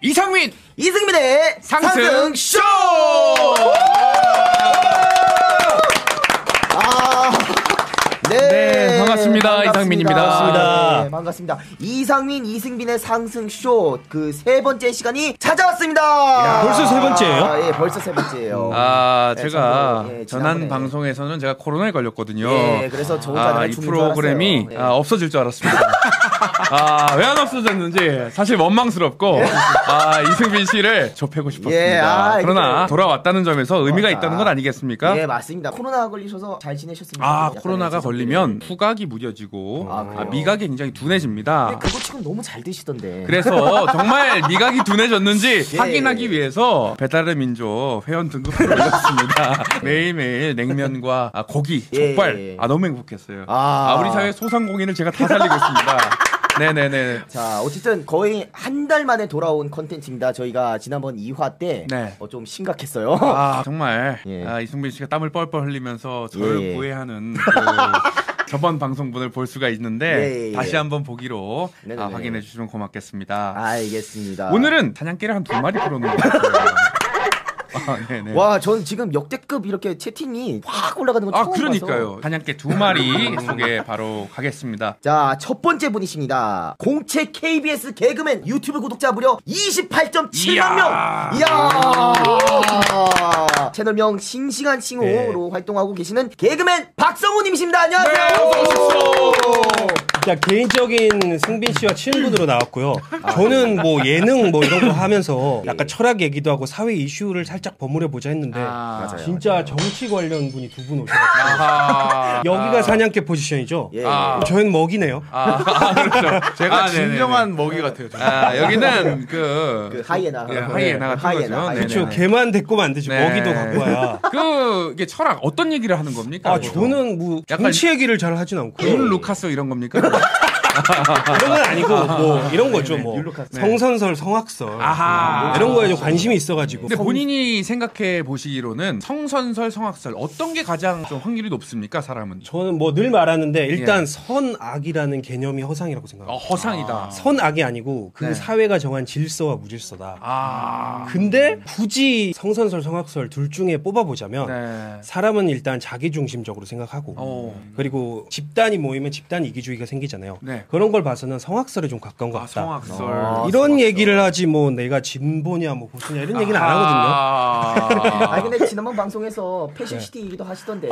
이상민 이승민의 상승 쇼. 아, 네. 네, 반갑습니다. 이상민입니다. 반갑습니다. 네, 반갑습니다. 이상민, 이승민의 상승쇼 그 세 번째 시간이 찾아왔습니다. 벌써 세 번째예요? 아, 예, 벌써 세 번째예요. 아, 네, 제가 저는, 예, 전한 지난번에- 방송에서는 제가 코로나에 걸렸거든요. 예, 그래서 저 혼자 아, 내가 이 죽는 줄 알았어요. 프로그램이 네. 아, 없어질 줄 알았습니다. 아, 왜 안 없어졌는지 사실 원망스럽고 아, 이승민 씨를 접하고 싶었습니다. 예, 아, 그러나 이거- 돌아왔다는 점에서 의미가 맞아. 있다는 것 아니겠습니까? 예, 맞습니다. 코로나 걸리셔서 잘 지내셨습니까? 아, 약간 코로나가 약간 예. 걸리면 후각이 무뎌지고 아, 그래요? 아, 미각이 굉장히 둔해집니다. 근데 그거 지금 너무 잘 드시던데. 그래서 정말 미각이 둔해졌는지 예. 확인하기 위해서 배달의 민족 회원 등급을 올렸습니다. 매일매일 냉면과 아, 고기, 네. 예, 족발. 예. 아 너무 행복했어요. 아. 아, 우리 사회 소상공인을 제가 다 살리고 있습니다. 네네네. 자, 어쨌든 거의 한 달 만에 돌아온 컨텐츠입니다. 저희가 지난번 2화 때 좀 네. 심각했어요. 아 정말 예. 아, 이승민 씨가 땀을 뻘뻘 흘리면서 저를 예, 예. 구애하는 그 저번 방송분을 볼 수가 있는데 예, 예, 예. 다시 한번 보기로 아, 네네네. 아. 확인해 주시면 고맙겠습니다. 알겠습니다. 오늘은 사냥개를 한 두 마리 풀어놓은 것 같아요. 아, 네네. 와, 전 지금 역대급 이렇게 채팅이 확 올라가는 거 아, 어, 처음 봐서. 그러니까요. 단양개 두 마리 소개 바로 가겠습니다. 자, 첫 번째 분이십니다. 공채 KBS 개그맨 유튜브 구독자 무려 28.7만 이야. 명. 이야. 채널명 싱싱한 칭호로 네. 활동하고 계시는 개그맨 박성우님이십니다. 안녕하세요. 일단 개인적인 승빈 씨와 친분으로 나왔고요. 저는 뭐 예능 뭐 이런 거 하면서 약간 철학 얘기도 하고 사회 이슈를 살짝 버무려 보자 했는데 아, 진짜 정치 관련 분이 두 분 오셔가지고 아하. 여기가 사냥개 포지션이죠. 예. 아. 저희는 먹이네요. 아, 아, 그렇죠. 제가 아, 네네네. 진정한 먹이 같아요. 저는. 아, 여기는 그, 그 하이에나. 예, 하이에나 같은 하이에나, 거죠. 하이에나. 네네네. 그렇죠. 개만 데리고 면안 되지. 네. 먹이도 갖고 와야. 그 이게 철학 어떤 얘기를 하는 겁니까? 아 저는 뭐 그러니까 약간- 네. 정치 얘기를 잘 하진 않고 율 루카스 이런 겁니까? 그런 건 아니고 뭐 이런 거죠. 뭐 성선설, 성악설 네, 뭐 아하. 이런 거에 좀 관심이 있어가지고. 근데 본인이 생각해 보시기로는 성선설, 성악설 어떤 게 가장 좀 확률이 높습니까, 사람은? 저는 뭐 늘 예. 말하는데 일단 선악이라는 개념이 허상이라고 어, 생각합니다. 허상이다. 선악이 아니고 그 네. 사회가 정한 질서와 무질서다. 아. 근데 굳이 성선설, 성악설 둘 중에 뽑아보자면 네. 사람은 일단 자기중심적으로 생각하고 어. 그리고 집단이 모이면 집단 이기주의가 생기잖아요. 네. 그런 걸 봐서는 성악설에 좀 가까운 것 아, 같다. 성악설. 아. 이런 얘기를 하지 뭐 내가 진보냐 뭐 보수냐 이런 얘기는 안 하거든요. 하거든요. 아니 근데 지난번 방송에서 네. 패션시티 얘기도 하시던데. 예.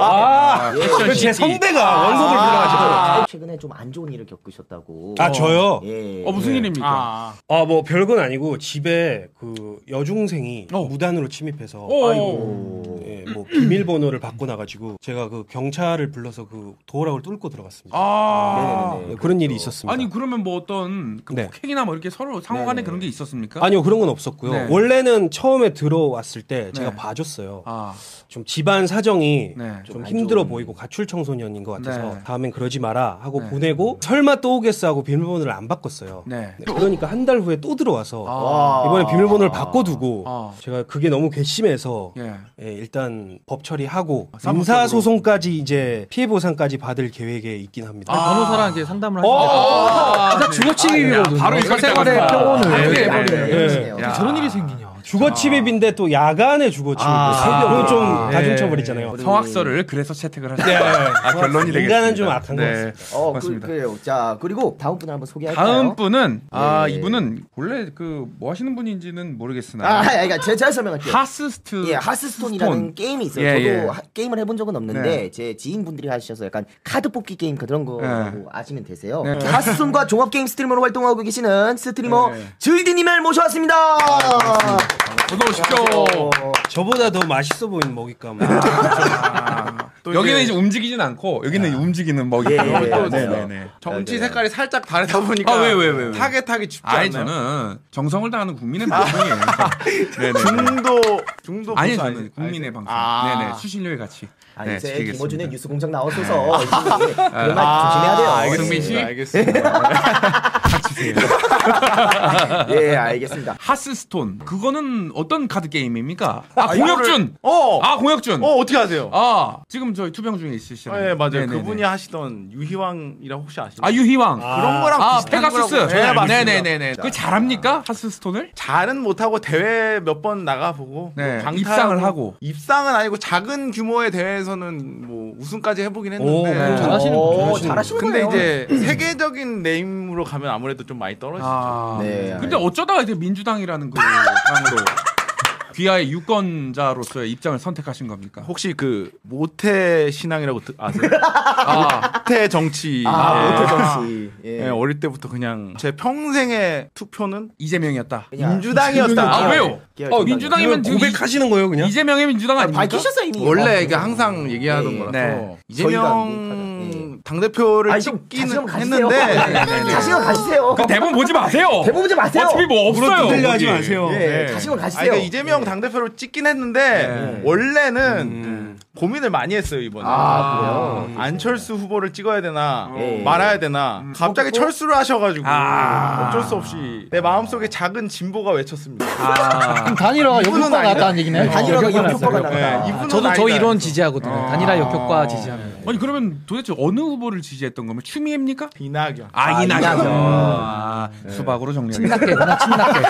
아, 그제 선배가 원석을 불러가지고. 아, 최근에 좀 안 좋은 일을 겪으셨다고. 아 저요. 예. 어 무슨 네. 일입니까? 아, 아 뭐 별건 아니고 집에 그 여중생이 어. 무단으로 침입해서 오. 아이고 예, 뭐 비밀번호를 받고 나가지고 제가 그 경찰을 불러서 그 도어락을 뚫고 들어갔습니다. 아. 네네네. 예, 그런 일이 있었습니다. 아니 그러면 뭐 어떤 그 네. 폭행이나 뭐 이렇게 서로 상호간에 그런 게 있었습니까? 아니요 그런 건 없었고요. 그러니까? 네. 원래는 처음에 들어왔을 때 제가 네. 봐줬어요. 아. 좀 집안 사정이 네. 좀 안 힘들어 좋은- 보이고 가출 청소년인 것 같아서 네. 다음엔 그러지 마라 하고 네. 보내고 설마 또 오겠어 하고 비밀번호를 안 바꿨어요. 네. 네, 그러니까 한 달 후에 또 들어와서 아. 이번에 비밀번호를 바꿔두고 아. 제가 그게 너무 괘씸해서 예. 아, 예, 일단 법 처리하고 사법적으로. 인사 소송까지 이제 피해 보상까지 받을 계획에 있긴 합니다. 변호사랑 이제 상담을 하시는 아. 예. 다 주거침입이거든요. 바로 이걸 사생활의 때가 평온을 아, 네, 네, 네, 네. 그러시네요. 야. 저런 일이 생기냐. 아. 주거 침입인데 또 야간에 주거 침입. 아, 새벽. 그건 좀 예. 네. 가중 처벌이잖아요. 성악설을 그래서 채택을 하셨다. 아, 결론이 되겠습니다. 네. 인간은 좀 악한 것 같습니다. 어, 그, 맞습니다. 그래요. 자, 그리고 다음 분을 한번 소개할까요? 다음 분은 아 예. 이분은 원래 그 뭐 하시는 분인지는 모르겠으나 아, 그러니까 제가, 제가 설명할게요. 하스스트 예, 하스스톤이라는 스톤. 게임이 있어요. 예, 저도 예. 하- 게임을 해본 적은 없는데 네. 제 지인분들이 하셔서 약간 카드 뽑기 게임 그런 거라고 네. 아시면 되세요. 하스스톤과 종합 게임 스트리머로 활동하고 계시는 스트리머 네. 아, 즐디님을 모셔왔습니다. 어서 오십시오. 어, 저보다 더 맛있어 보이는 먹잇감. 아, 또 아. 여기는 이제 이게 움직이진 않고 여기는 움직이는 뭐 먹이. 예, 예, 맞아요. 네네네. 정치 색깔이 살짝 다르다 보니까 아, 왜, 왜, 왜, 왜? 타겟하기 쉽지 아니 않나요? 저는 정성을 다하는 국민의 방송이에요. 네네. 중도 중도 아니 보수 저는 아니지? 국민의 방송. 아. 네네. 수신료에 같이. 아, 네, 이제 지키겠습니다. 네. 김어준의 뉴스공장 아, 아, 나왔어서 그말 조심해야 돼요. 알겠습니다. 알겠습니다. 닥치세요. 예, 알겠습니다. 하스스톤 그거는 어떤 카드 게임입니까? 아, 아, 공혁준. 이거를- 어. 아 공혁준. 어 어떻게 아세요? 아 지금 저희 투병 중에 있으시잖아요. 아, 예 맞아요. 네네네. 그분이 하시던 유희왕이라고 혹시 아시나요? 아 유희왕. 그런 거랑 아 비슷한 페가수스. 거라고 저는 알고 있습니다. 아. 네네네네. 그 잘합니까 하스스톤을? 잘은 못하고 대회 몇 번 나가보고 네, 뭐 강타하고- 입상을 하고. 입상은 아니고 작은 규모의 대회에서는 뭐 우승까지 해보긴 오, 어, 했는데 잘하시- 잘하시는 오, 거예요. 잘하시는 근데 거예요. 이제 세계적인 네임으로 가면 아무래도 좀 많이 떨어지죠. 아. 네, 근데 어쩌다가 이제 민주당이라는 그 당으로 귀하의 유권자로서의 입장을 선택하신 겁니까? 혹시 그 모태 신앙이라고 드- 아세요? 아, 네. 모태 정치. 아, 예. 오태정 씨. 예. 예, 어릴 때부터 그냥 제 평생의 투표는 이재명이었다. 그냥 민주당이었다. 아, 왜요? 깨어 어, 있는 민주당이면 이걸 고백하시는 거예요, 그냥? 이재명의 민주당 아니, 아닙니까? 밝히셨어요 이미. 원래 이게 항상 얘기하던 예, 예. 거라서 네. 뭐 저희가 이재명 당 대표를 네. 아니, 좀 자신감 찍기는 가지세요. 네, 했는데 네. 어, 자신감 가시세요. 그 대본 보지 마세요. 대본 보지 마세요. 어차피 뭐 없어요. 물어뜯으려 하지 거기. 마세요. 예, 네. 자신감 아 가시세요. 네. 그러니까 이재명 당 대표를 찍긴 했는데 네. 원래는 음. 고민을 많이 했어요 이번에. 음. 아, 그래요? 안철수 후보를 찍어야 되나 예. 어, 말아야 되나 갑자기 철수를 하셔가지고 아. 어쩔 수 없이 내 마음속에 작은 진보가 외쳤습니다. 아, 단일화가 역효과가 났다는 얘기네. 단일화가 역효과 났어요. 역효과가 났다. 네, 이분은 저도 저 아니다 이론 해서. 지지하거든요. 단일화 역효과 지지합니다. 아니 그러면 도대체 어느 후보를 지지했던 거면 추미애입니까? 비낙연 아, 아, 이낙연. 이낙연. 아, 수박으로 정리하겠습니다. 침낙해, 워낙 침낙해.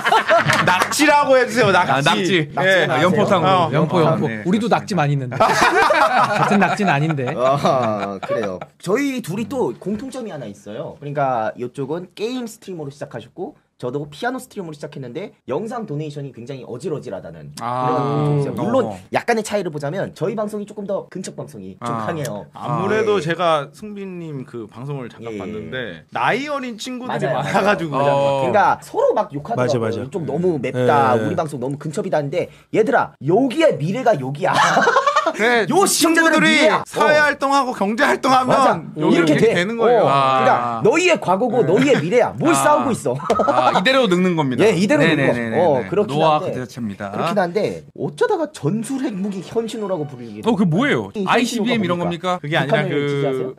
낙지라고 해주세요 낙지. 아, 낙지. 예. 낙지는 아, 아세요? 연포탕으로. 어. 연포, 아, 연포. 네, 우리도 그렇습니다. 낙지 많이 있는데. 같은 낙지는 아닌데. 아, 그래요. 저희 둘이 또 공통점이 하나 있어요. 그러니까 이쪽은 게임 스트리머로 시작하셨고 저도 피아노 스트리머로 시작했는데 영상 도네이션이 굉장히 어질어질하다는 아. 그런 공통점. 물론 어. 약간의 차이를 보자면 저희 방송이 조금 더 근처 방송이 좀 아. 강해요. 아무래도 예. 제가 승빈님 그 방송을 잠깐 예. 봤는데 나이 어린 친구들이 맞아요. 많아가지고 맞아요. 어. 그러니까 서로 막 욕하더라고요. 맞아, 맞아. 좀 너무 맵다. 예, 예. 우리 방송 너무 근첩이다 하는데 얘들아 여기야 미래가 여기야. 네, 요 시청자들의 친구들이 미래야. 사회 어. 활동하고 경제 맞아. 활동하면 여기 이렇게 돼. 되는 거예요. 어. 아. 그러니까 너희의 과거고 너희의 미래야. 뭘 아. 싸우고 있어. 아, 이대로 늙는 겁니다. 예, 이대로 늙는 거. 어, 그렇긴 노아 한데. 그 자체입니다. 그렇긴 한데 어쩌다가 전술 핵무기 현신호라고 부르게. 어, 그 뭐예요? 이 ICBM 이런 겁니까? 뭡니까? 그게 아니라 네, 북한을 어? 그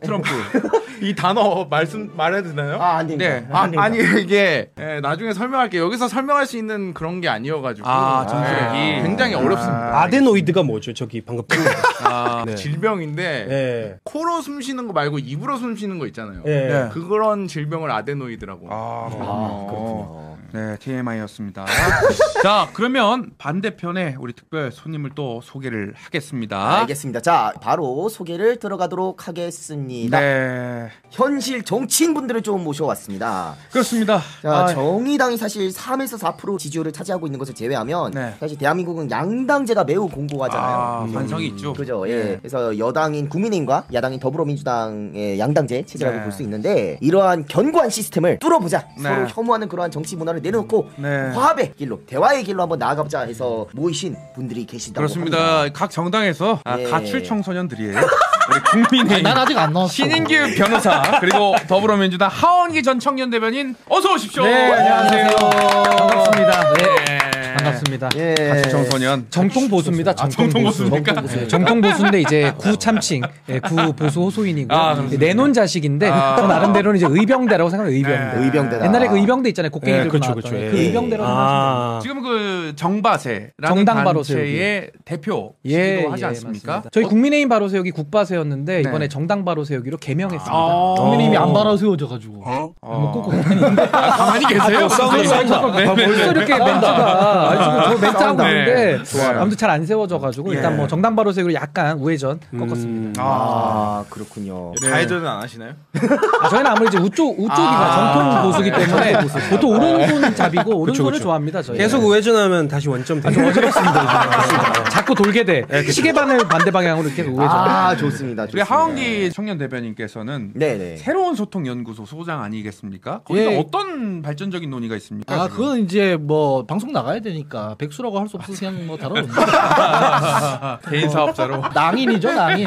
지지하세요? 트럼프 이 단어 말씀 말해도 되나요? 아안 됩니다. 네. 아, 안 됩니다. 니 이게 예, 나중에 설명할게 요 여기서 설명할 수 있는 그런 게 아니어가지고 아, 전술핵이. 예, 굉장히 어렵습니다. 아데노이드가 뭐죠? 저기 방금 뜬 거. 아, 네. 질병인데 예. 코로 숨 쉬는 거 말고 입으로 숨 쉬는 거 있잖아요. 예. 네. 그 그런 질병을 아데노이드라고. 아, 아, 그렇군요. 네, TMI였습니다. 자, 그러면 반대편에 우리 특별 손님을 또 소개를 하겠습니다. 알겠습니다. 자, 바로 소개를 들어가도록 하겠습니다. 네. 현실 정치인분들을 좀 모셔왔습니다. 그렇습니다. 자, 아, 정의당이 사실 3에서 4% 지지율을 차지하고 있는 것을 제외하면 네. 사실 대한민국은 양당제가 매우 공고하잖아요. 아, 음. 반성이 있죠. 그죠. 네. 예. 그래서 여당인 국민의힘과 야당인 더불어민주당의 양당제 체제라고 네. 볼 수 있는데 이러한 견고한 시스템을 뚫어보자. 네. 서로 혐오하는 그러한 정치 문화를 내려놓고 네. 화합의 길로 대화의 길로 한번 나아가보자 해서 모이신 분들이 계시다고 합니다. 음. 그렇습니다. 각 정당에서 아, 예. 가출 청소년들이에요. 우리 국민의 난 네. 아직 안 나왔어. 신인규 변호사 그리고 더불어민주당 하원기 전 청년 대변인 어서 오십시오. 네, 안녕하세요. 반갑습니다. 네. 네. 반갑습니다. 예. 가출 청소년. 정통 보수입니다. 정통 보수. 아, 정통보수입니까? 네, 정통 보수인데 이제 구 참칭, 예, 구 보수 호소인이고 아, 요 그렇습니다. 내논 자식인데 아. 네. 저 나름대로는 이제 의병대라고 생각해요. 의병대. 네. 의병대다. 옛날에 그 의병대 있잖아요. 곡괭이 예, 들고 그렇죠, 나왔던 그렇죠. 예. 그 의병대로 아. 지금 그 정바세라는 정당 바로세요, 단체의 대표 예, 시기도 하지 예, 않습니까? 맞습니다. 저희 국민의힘 바로 세우기 국바 세였는데 네. 이번에 정당 바로 세우기로 개명했습니다. 국민의힘이 안 바로 세워져가지고 어. 뭐 꼭- 아, 가만히 계세요. 싸우는 거 아니죠? 네, 네. 벌써 이렇게 멘트가 아니, 지금 저 멘트 하고 네. 있는데 좋아요. 아무튼 잘 안 세워져가지고 일단 뭐 정당 바로 세우기로 약간 우회전 꺾었습니다. 아, 그렇군요. 좌회전은 안 하시나요? 아, 저희는 아무래도 우쪽 우쪽이가 정통 보수기 때문에 보통 오른손 잡이고 오른손을 좋아합니다. 저희 계속 우회전하면 다시 원점 되죠. 네. 자꾸 돌게 돼 시계반을 반대 방향으로 계속 우회전. 아, 좋습니다. 우리 좋습니다. 하원기 청년 대변인께서는 네네. 새로운 소통 연구소 소장 아니겠습니까? 거기서 예. 어떤 발전적인 논의가 있습니까? 아, 지금? 그건 이제 뭐 방송 나가야 되니까 있으니까 백수라고 할 수 없어서 그냥 뭐 다른 아, 개인 사업자로. 낭인이죠 낭인.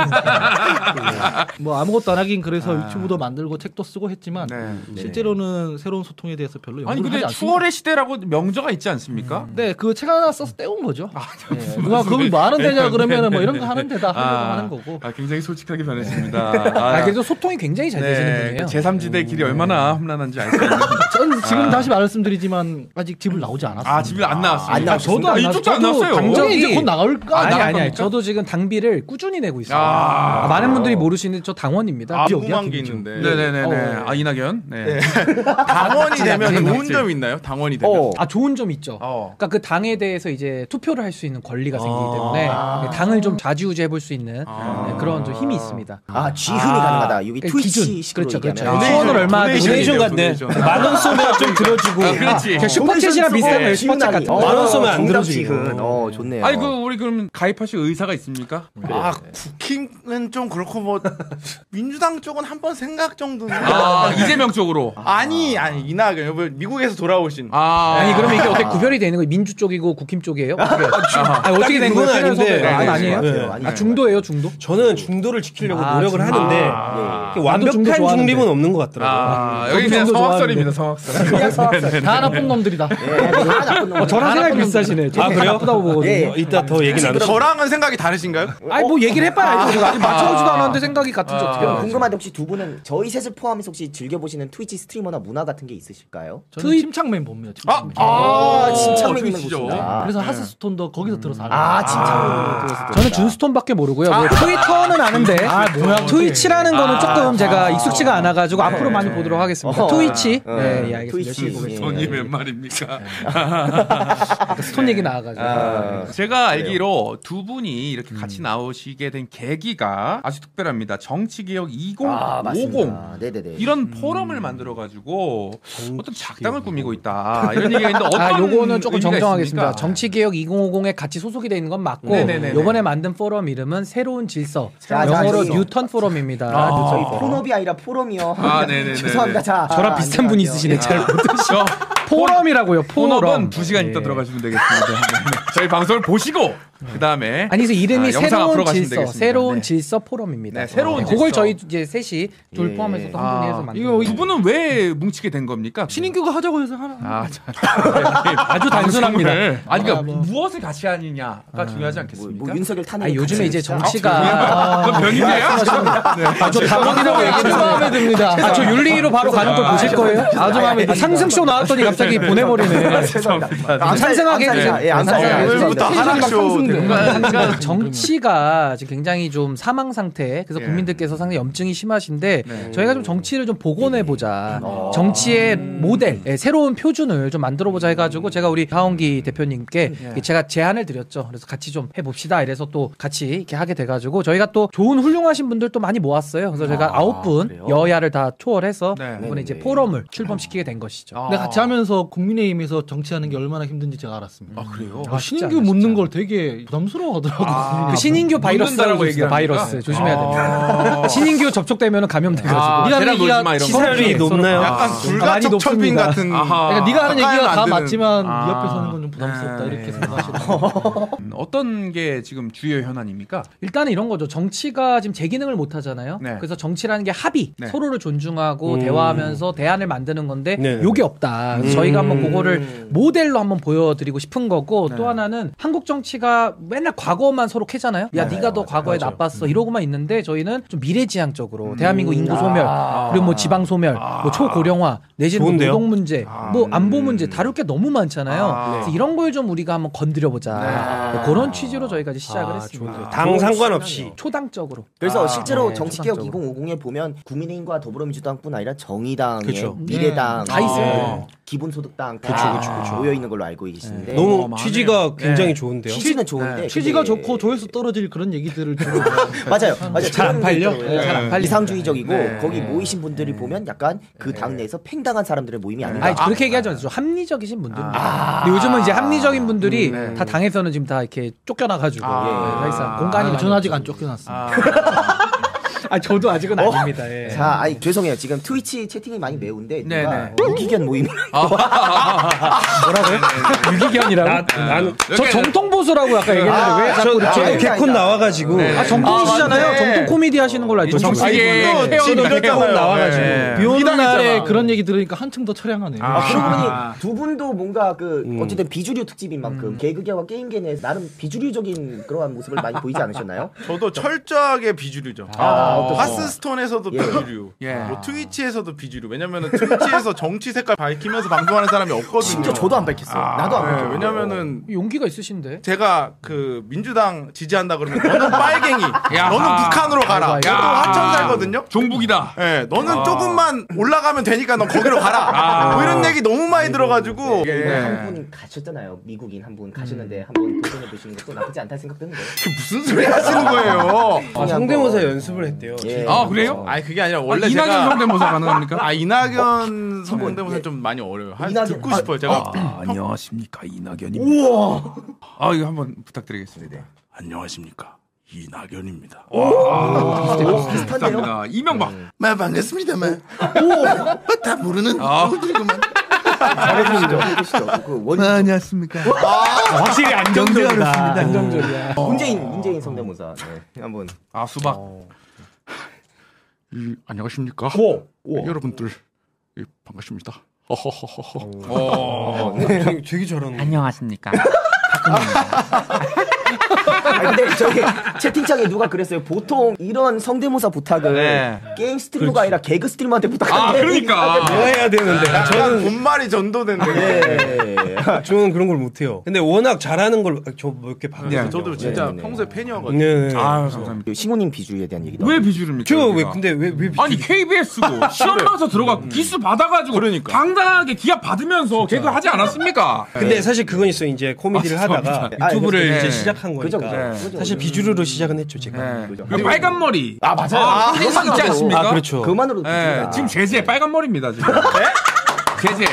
네. 뭐 아무것도 안 하긴 그래서 유튜브도 만들고 책도 쓰고 했지만 네. 실제로는 새로운 소통에 대해서 별로 아니 연구를 근데 하지 않습니다. 추월의 시대라고 명저가 있지 않습니까? 네, 그 책 하나 써서 때운 거죠. 아, 네, 누가 그걸 뭐 하는 데냐 그러면 뭐 이런 거 하는 데다 하는 네. 아, 하는 거고. 아, 굉장히 솔직하게 변했습니다. 아, 아, 그래서 소통이 굉장히 잘 되시는 네, 분이에요. 음. 제3지대 길이 얼마나 험난한지 알수 있는. 전 지금 아. 다시 말씀드리지만 아직 집을 나오지 않았어요. 아, 집이 안 나왔어요. 안 나왔어요. 저도 아, 안 이쪽도 안 나왔어요. 당장이 이제 이제 곧 나올까? 아, 아니 나갈 아니 아니. 겁니까? 저도 지금 당비를 꾸준히 내고 있어요. 아. 많은 분들이 모르시는데 저 당원입니다. 아, 기억이야, 궁금한 게 기억이 좀. 있는데. 네네네네. 어. 아 이낙연. 네. 당원이 되면 낙지, 좋은 낙지. 점 있나요? 당원이 되면. 어. 아 좋은 점 있죠. 어. 그러니까 그 당에 대해서 이제 투표를 할 수 있는 권리가 생기기 아. 때문에 네, 당을 좀 좌지우지해 볼 수 있는 아. 네, 그런 좀 힘이 있습니다. 아 지훈이 가능하다. 여기 트위치 식으로 그 그렇죠, 그렇죠. 얘기하면. 도네이션, 후원을 얼마 도네이션이네요, 도네이션 같네. 도네이션. 만 원 쏘면 좀 들어주고. 아, 그렇지. 그냥 그러니까 슈퍼챗이랑 비슷한 거예요. 슈퍼챗 같은 거. 만원 쏘면 네, 안 정답 들어주지. 지훈. 어 좋네요. 아니 그 우리 그럼 가입하실 의사가 있습니까? 네. 아 국힘은 좀 그렇고 뭐 민주당 쪽은 한 번 생각 정도는. 아 이재명 쪽으로. 아니 아니 이낙연 여보 미국에서 돌아오신. 아 아니 그러면 이게 어떻게 구별이 되는 거예요? 민주 쪽이고 국힘 쪽이에요? 어떻게, 아하. 아니, 딱히 어떻게 된 그건 거예요? 최연 아닌데. 선배가. 네, 아, 아니에요? 네. 아 중도예요 중도? 저는 중도를 지키려고 아, 노력을 중도. 하는데 아. 이렇게 완벽한 중도 좋아하는데. 중립은 없는 것 같더라고요. 아, 여기 그냥 정도 성악설입니다. 성악설. 네, 네, 다 나쁜 놈들이다. 네. 다 네. 나쁜 놈. 어, 아, 저랑 생각이 비슷하시네. 아, 그래요? 나쁘다고 보거든요. 아, 예. 이따 더 네, 얘기 나누죠. 저랑은 생각이 다르신가요? 아니 뭐 얘기를 해봐야 알죠. 아직 맞춰보지도 않았는데 생각이 같은지 어떻게 그럼 알아요? 궁금한데 혹시 두 분은 저희 셋을 포함해서 혹시 즐겨보시는 트위치 스트리머나 문화 같은 게 있으실까요? 저는 팀창맨 봅니다. 팀창맨. 아, 진창민이면 진짜. 아. 아, 보신다. 그래서 네. 하스스톤도 거기서 들어서 알아요. 아, 진창민이면 들어서 들었다. 저는 준스톤밖에 모르고요. 뭐 트위터는 아는데 트위치라는 거는 조금 제가 익숙지가 않아가지고 앞으로 많이 보도록 하겠습니다. 어. 트위치. 어. 네, 예, 알겠습니다. 트위치. 열심히 보겠습니다. 돈이 몇 말입니까? 네. 스톤 얘기 나와가지고. 아. 제가 알기로 두 분이 이렇게 음. 같이 나오시게 된 계기가 아주 특별합니다. 정치개혁 2050 아, 맞습니다. 네네네. 이런 음. 포럼을 만들어 가지고 어떤 작당을 꾸미고 있다 이런 얘기가 있는데 어떤 아, 요거는 조금 의미가 정정하겠습니다. 있습니까? 정치개혁 2050에 같이 소속이 되어 있는 건 맞고 네네네네. 요번에 만든 포럼 이름은 새로운 질서. 자, 자, 영어로 질서. 뉴턴 포럼입니다. 아, 저희 포럼이 아니라 포럼이요. 아, 네네네. 죄송합니다. 자, 저랑 아, 비슷한 분이 있으시네. 잘 저 포럼이라고요. 포럼. 본업은 두 시간 있다 예. 들어가시면 되겠습니다. 네. 저희 방송을 보시고 그 다음에 아니 그래서 이름이 아, 영상 앞으로 새로운 가시면 질서, 되겠습니다. 새로운 네. 질서 포럼입니다. 네, 새로운 그걸 질서. 저희 이제 셋이 둘 예. 포함해서 또한 분이 해서 아, 만든 이거 거예요. 두 분은 왜 뭉치게 된 겁니까? 신인교가 하자고 해서 하나. 아, 아주 단순합니다. 아니 그러니까 아, 뭐. 무엇을 같이 하느냐가 중요하지 뭐, 않겠습니까? 뭐 윤석열 탄핵. 아, 요즘에 이제 아, 정치가 그건 변이네요. 아, 아저 당황이라고 얘기해서 마음에 듭니다. 아 저 윤리로 바로 가는 거 보실 거예요? 아주 마음에 듭니다. 상승쇼 나왔더니 갑자기 보내버리네. 아, 아, 안 찬성하게 해주세요. 예, 안 찬성하게 찬성하게. 오늘부터 해주세요. 하락쇼. 되는 거야. 네, 그러니까 정치가 지금 굉장히 좀 사망 상태. 그래서 예. 네. 국민들께서 상당히 염증이 심하신데 저희가 좀 정치를 좀 복원해 보자. 음. 아. 정치의 모델, 예, 새로운 표준을 좀 만들어 보자 해가지고 제가 우리 하원기 대표님께 예. 제가 제안을 드렸죠. 그래서 같이 좀 해봅시다. 이래서 또 같이 이렇게 하게 돼가지고 저희가 또 좋은 훌륭하신 분들 또 많이 모았어요. 그래서 제가 아홉 분 여야를 다 초월해서 네. 이번에 이제 네. 포럼을 출범시키게 된 것이죠. 아. 근데 같이 하면서 국민의힘에서 정치하는 게 얼마나 힘든지 제가 알았습니다. 아 그래요? 아, 신인규 쉽지 않아, 묻는 쉽지 걸 되게 부담스러워하더라고요. 아, 그 신인교 바이러스라고 묻는다라고 얘기해요. 얘기합니까? 바이러스 아. 조심해야 됩니다. 신인교 접촉되면 감염돼가지고. 아, 니가 계란 얘기가 놀지 마, 이런 거. 시사율이 높나요? 약간 아, 많이 불가촉 천빈 높습니다. 같은. 아하. 그러니까 네가 하는 가까이는 얘기가 안 다 되는. 맞지만 아. 네 옆에 서는 건 좀 부담스럽다 네. 이렇게 생각하시더라고요. 음, 어떤 게 지금 주요 현안입니까? 일단은 이런 거죠. 정치가 지금 제 기능을 못 하잖아요. 네. 그래서 정치라는 게 합의, 네. 서로를 존중하고 음. 대화하면서 대안을 만드는 건데 네네. 요게 없다. 그래서 음. 저희가 한번 그거를 모델로 한번 보여드리고 싶은 거고 네. 또 하나는 한국 정치가 맨날 과거만 서로 캐잖아요. 야 네, 네가 더 맞아요. 과거에 음. 나빴어 이러고만 있는데 저희는 좀 미래지향적으로 대한민국 아. 인구 소멸 그리고 뭐 지방 소멸, 뭐 초고령화 내지는 뭐 좋은데요? 음. 노동 문제, 뭐 안보 문제 다룰 게 너무 많잖아요. 아. 네. 그래서 이런 걸 좀 우리가 한번 건드려보자. 뭐 그런 취지로 저희가 이제 아, 시작을 했습니다. 당 상관없이 초당적으로. 그래서 실제로 네, 정치개혁 추상적으로. 2050에 보면 국민의힘과 더불어민주당뿐 아니라 정의당의 그쵸. 미래당, 다 있어요. 네. 기본소득당 다 모여 있는 걸로 알고 계시는데 너무 어마어마하네요. 취지가 굉장히 좋은데요. 취지는 네. 좋은데 취지가 근데- 좋고 조회수 떨어질 그런 얘기들을 주로 맞아요, 맞아요. 잘안 팔려? 네, 잘안 팔려. 이상주의적이고 네. 거기 모이신 분들이 보면 약간 그 당 내에서 팽당한 사람들의 모임이 네. 아닌가. 네. 아니 그렇게 얘기하지 마세요. 합리적이신 분들입니다. 근데 요즘은 이제 합리적인 분들이 음, 네. 다 당에서는 지금 다 이렇게 쫓겨나가지고 아. 예, 더 이상 아니 공간이 저는 아직 네. 없죠. 안 쫓겨났습니다. 아, 아 저도 아직은 아닙니다. 예. 자, 아니 죄송해요. 지금 트위치 채팅이 많이 매운데 네, 누가 네. 유기견 모임 뭐라고요? 유기견이라고? 나는 저 정통 보수라고 아까 얘기했는데 왜 저, 예. 자꾸 이렇게 저도 아니다, 개콘 아니다. 나와가지고 아 정통이시잖아요. 정통 코미디 하시는 걸로 알고 있어요. 정식의 아이고, 또 케어를 지금 해요. 이렇게 나와가지고. 네. 비 오는 날에 미담이잖아. 그런 얘기 들으니까 한층 더 처량하네요. 아, 그러고 아. 보니 두 분도 뭔가 그 어쨌든 비주류 특집인 만큼 개그계와 게임계는 나름 비주류적인 그러한 모습을 많이 보이지 않으셨나요? 아, 저도 철저하게 비주류죠. 아, 하스스톤에서도 어. 예. 비주류. 예. 뭐 트위치에서도 비주류. 왜냐면은 트위치에서 정치 색깔 밝히면서 방송하는 사람이 없거든요. 심지어 저도 안 밝혔어요. 나도 안 네, 밝혔어요. 왜냐면은 용기가 있으신데. 제가 그 민주당 지지한다 그러면 너는 빨갱이, 야하. 너는 북한으로 가라. 아이고, 저도 아이고. 하천 살거든요. 종북이다. 예, 너는 조금만 올라가면 되니까 너 거기로 가라. 아. 뭐 이런 얘기 너무 많이 들어가지고 이번에 네. 예. 네. 한 분은 가셨잖아요. 미국인 한 분 가셨는데 한번 도전해 보시는 것도 나쁘지 않다 생각드는데. 어, 무슨 소리 하시는 거예요? 어. 아, 성대모사 연습을 했대요. 예. 아 그래요? 아니 그게 아니라 원래 원래 이낙연 제가 성대모사 가능합니까? 아 이낙연 성대모사 예. 좀 많이 어려요. 한 이낙연- 듣고 아, 싶어요. 제가 안녕하십니까 이낙연입니다. 아 이거 한번 부탁드리겠습니다. 안녕하십니까 이낙연입니다. 오, 어, 비슷한데요? 감사합니다. 이명박. 마 네, 반갑습니다만. 오, 다 모르는 아. 얼굴이구만. 잘해주시죠. 해주시죠. 그 원, 안녕하십니까. 확실히 경제하겠습니다. 안정적이야. 문재인 문재인 성대모사 네. 한번 아 수박. 어, 이, 안녕하십니까. 여러분들 예, 반갑습니다. 허허허허. 어. 되게, 되게 잘하는 거. 아니, 근데 저기 채팅창에 누가 그랬어요. 보통 이런 성대모사 부탁을 네. 게임 스트리머가 아니라 개그 스트리머한테 아 부탁하는데. 뭐 그러니까. 해야 되는데 아, 약간 저는 본말이 전도되는. 네. 저는 그런 걸 못해요. 근데 워낙 잘하는 걸 저 몇 개 봤거든요. 네, 저도 진짜 평소에 팬이어가지고. 네. 네. 아 감사합니다. 그 신호님 비주에 대한 얘기도. 왜 비주류입니까? 저왜 여기가? 근데 왜왜 아니 KBS도 시험 봐서 들어갔고 기수 받아가지고 그러니까. 당당하게 기합 받으면서 개그 하지 않았습니까? 근데 사실 그건 있어 이제 코미디를 아, 하다가 죄송합니다. 유튜브를 아, 이제 네. 시작한 거니까 그죠 그죠. 그죠. 그러니까. 사실 비주류로 시작은 했죠 제가. 네. 그리고 빨간 머리. 아 맞아요. 아, 그것만으로도- 항상 있지 않습니까? 아 그렇죠. 그만으로도 예, 비주다. 지금 제재 빨간 머리입니다 지금. 제재.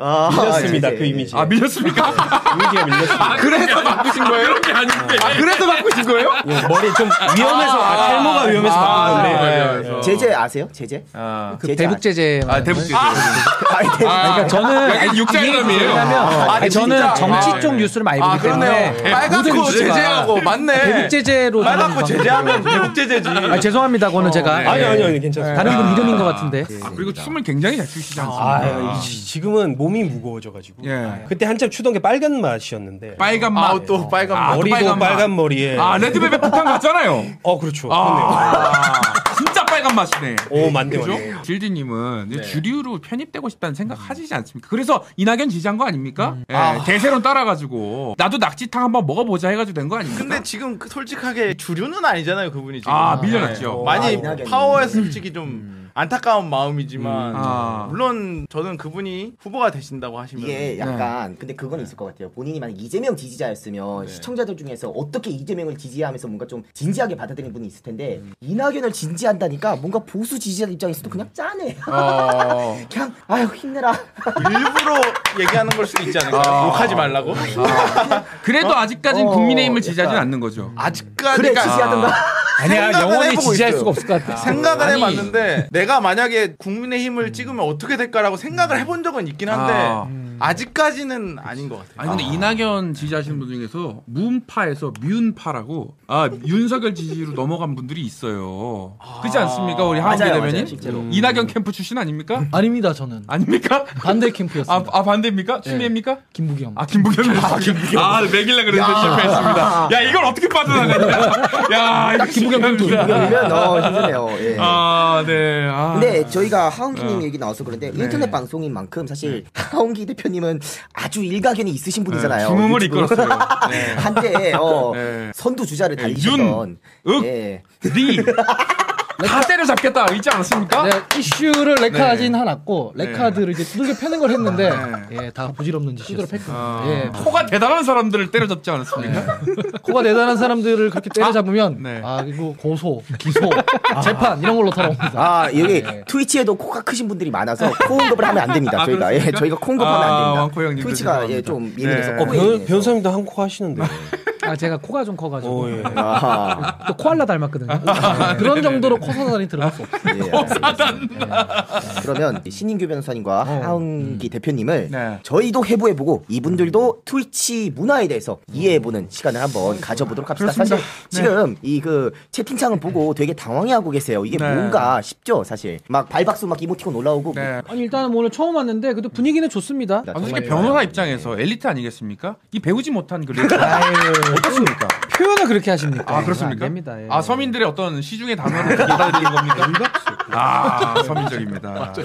아, 밀렸습니다 예, 예, 그 예. 이미지. 아 밀렸습니까? 이미지가 밀렸습니다. 아, 그래서 바꾸신 거예요? 그런 게 아닌데. 아, 그래서 바꾸신 거예요? 머리 좀 위험해서 아, 탈모가 위험해서 아, 바꾼 건데. 네. 제재 아세요? 제재? 아, 그 제재 대북 제재. 그러니까 아 대북 제재. 아니, 대북. 아, 저는 약간 육자이름이에요. 아, 아니, 저는 진짜. 정치 네. 쪽 뉴스를 많이 아 보기 때문에 그러네요. 모든 빨갛고 뉴스가 제재하고 맞네. 대북 제재로 저는 빨갛고 방금- 예. 제재하면 대북 제재지. 아 죄송합니다. 그거는 제가 예. 네. 어, 예. 아니 아니 아니 괜찮습니다. 다른 분 이름인 것 같은데. 아, 그리고 춤을 굉장히 잘 추시지 않습니까? 아, 이 아, 지- 지금은 몸이 무거워져가지고 예. 그때 한참 추던 게 빨간 맛이었는데 빨간 맛. 아우 또 빨간 아, 말. 머리도 빨간 빨간, 맛. 머리에 아 레드벨벳 북한 갔잖아요. 어 그렇죠 그렇네요. 아 진짜 빨간 맛이네. 오 맞네 그죠? 맞네 질디님은 이제 주류로 편입되고 싶다는 생각 하시지 않습니까? 그래서 이낙연 지지한 거 아닙니까? 예, 대세론 따라가지고 나도 낙지탕 한번 먹어보자 해가지고 된 거 아닙니까? 근데 지금 그 솔직하게 주류는 아니잖아요 그분이 지금. 네. 아 밀려났죠. 많이 아, 이낙연이. 파워에 솔직히 좀 안타까운 마음이지만 음. 아. 물론 저는 그분이 후보가 되신다고 하시면 네. 이게 약간 근데 그건 있을 것 같아요. 본인이 만약 이재명 지지자였으면 네. 시청자들 중에서 어떻게 이재명을 지지하면서 뭔가 좀 진지하게 받아들이는 분이 있을 텐데 음. 이낙연을 진지한다니까 뭔가 보수 지지자 입장에서도 그냥 짠해. 어... 그냥 아유 힘내라. 일부러 얘기하는 걸 수도 있지 않을까요? 욕하지 말라고. 그래도 아직까진 어, 국민의힘을 약간- 지지하진 않는 거죠. 아직까지 그래 그러니까 지지하던가. 아니야 생각은 영원히 해보고 지지할 있어요. 수가 없을 것 같아. 생각을 아니. 해봤는데 내가 만약에 국민의힘을 찍으면 어떻게 될까라고 생각을 해본 적은 있긴 한데 아. 음. 아. 직까지는 아닌 것 같아요. 아니 근데 이낙연 지지하시는 분 중에서 문파에서 뮨파라고 아 윤석열 지지로 넘어간 분들이 있어요. 그렇지 않습니까 우리 하은기 맞아요, 대변인? 맞아요, 음. 실제로. 이낙연 캠프 출신 아닙니까? 아닙니다 저는 아닙니까? 음. 반대 아, 캠프였습니다. 아 반대입니까? 예. 추미애입니까? 김부겸. 아 김부겸 아, 김부겸 아 매길라 그랬는데 실패했습니다. 야 이걸 어떻게 빠져나가냐? 야 이거 김부겸 이러면 어 힘드네요. 예. 아 네. 아. 근데 저희가 하원기님 얘기 나와서 그런데 네. 인터넷 방송인 만큼 사실 하원기 대표님은 아주 일가견이 있으신 분이잖아요. 중음을 유튜브. 네, 이끌었어요. 네. 한때 어, 네. 선두 주자를 네, 달리셨던 윤, 윽. 예. 리다 때려잡겠다 있지 않았습니까? 네, 이슈를 레카진 네. 하놨고 레카드를 이제 두들겨 패는 걸 했는데 예, 다 부질없는 짓이었어요. 아, 예, 코가 대단한 사람들을 때려잡지 않았습니까? 코가 대단한 사람들을 그렇게 때려잡으면 아, 네. 이거 고소, 기소, 재판 이런 걸로 돌아옵니다. 아 여기 네. 트위치에도 코가 크신 분들이 많아서 코 언급을 하면 안 됩니다. 예. 아, 저희가 예, 그렇습니까? 저희가 코 언급하면 아, 안 왕코 됩니다. 형님도 트위치가 죄송합니다. 예, 좀 네. 예민해서 어, 코에 변, 대해서. 변호사님도 한코 하시는데 아, 제가 코가 좀 커가지고 오, 예. 아하. 또 코알라 닮았거든요. 네. 그런 정도로 코사단이 들어갈 수 없어. 예, 알겠습니다. 그러면 신인규 변호사님과 하은기 대표님을 어, 네. 음. 저희도 해부해보고 이분들도 트위치 문화에 대해서 이해해보는 시간을 한번 가져보도록 합시다. 사실 네. 지금 이 그 채팅창을 보고 되게 당황해하고 계세요. 이게 네. 뭔가 싶죠, 사실. 막 발박수 막 이모티콘 올라오고 뭐 네. 아니 일단은 뭐 오늘 처음 왔는데 그래도 분위기는 좋습니다. 나 아, 솔직히 정말 변호사 좋아요. 입장에서 엘리트 아니겠습니까? 이 배우지 못한 그 리액션 어떻습니까? 표현을 그렇게 하십니까? 아 그렇습니까? 안 됩니다. 예. 아 서민들의 어떤 시중의 단어를 받아들이는 겁니까? 아 서민적입니다. 네.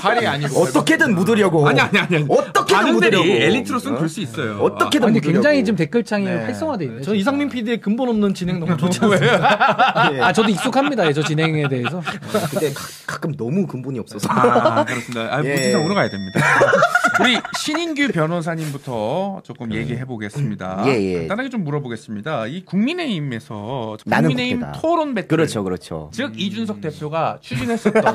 팔이 아니고 그 어떻게든 묻으려고. 아니 아니 아니. 아니. 어떻게든 묻으려고. 반응들이 엘리트로 쓴 글 수 있어요. 어떻게든 아니, 근데 묻으려고. 굉장히 지금 댓글창이 활성화돼 있네요. 저 진짜. 이상민 PD의 근본 없는 진행 너무 좋지 않습니까? 예. 아 저도 익숙합니다. 예, 저 진행에 대해서. 근데 가, 가끔 너무 근본이 없어서. 네. 아, 그렇습니다. 아, 예. 무지성으로 가야 됩니다. 우리 신인규 변호사님부터 조금 얘기해 보겠습니다. 네. 예, 예. 간단하게 좀 물어보겠습니다. 이 국민의힘에서 나는 국민의힘 국회다. 토론 배틀 그렇죠, 그렇죠. 음. 즉 이준석 대표가 추진했었던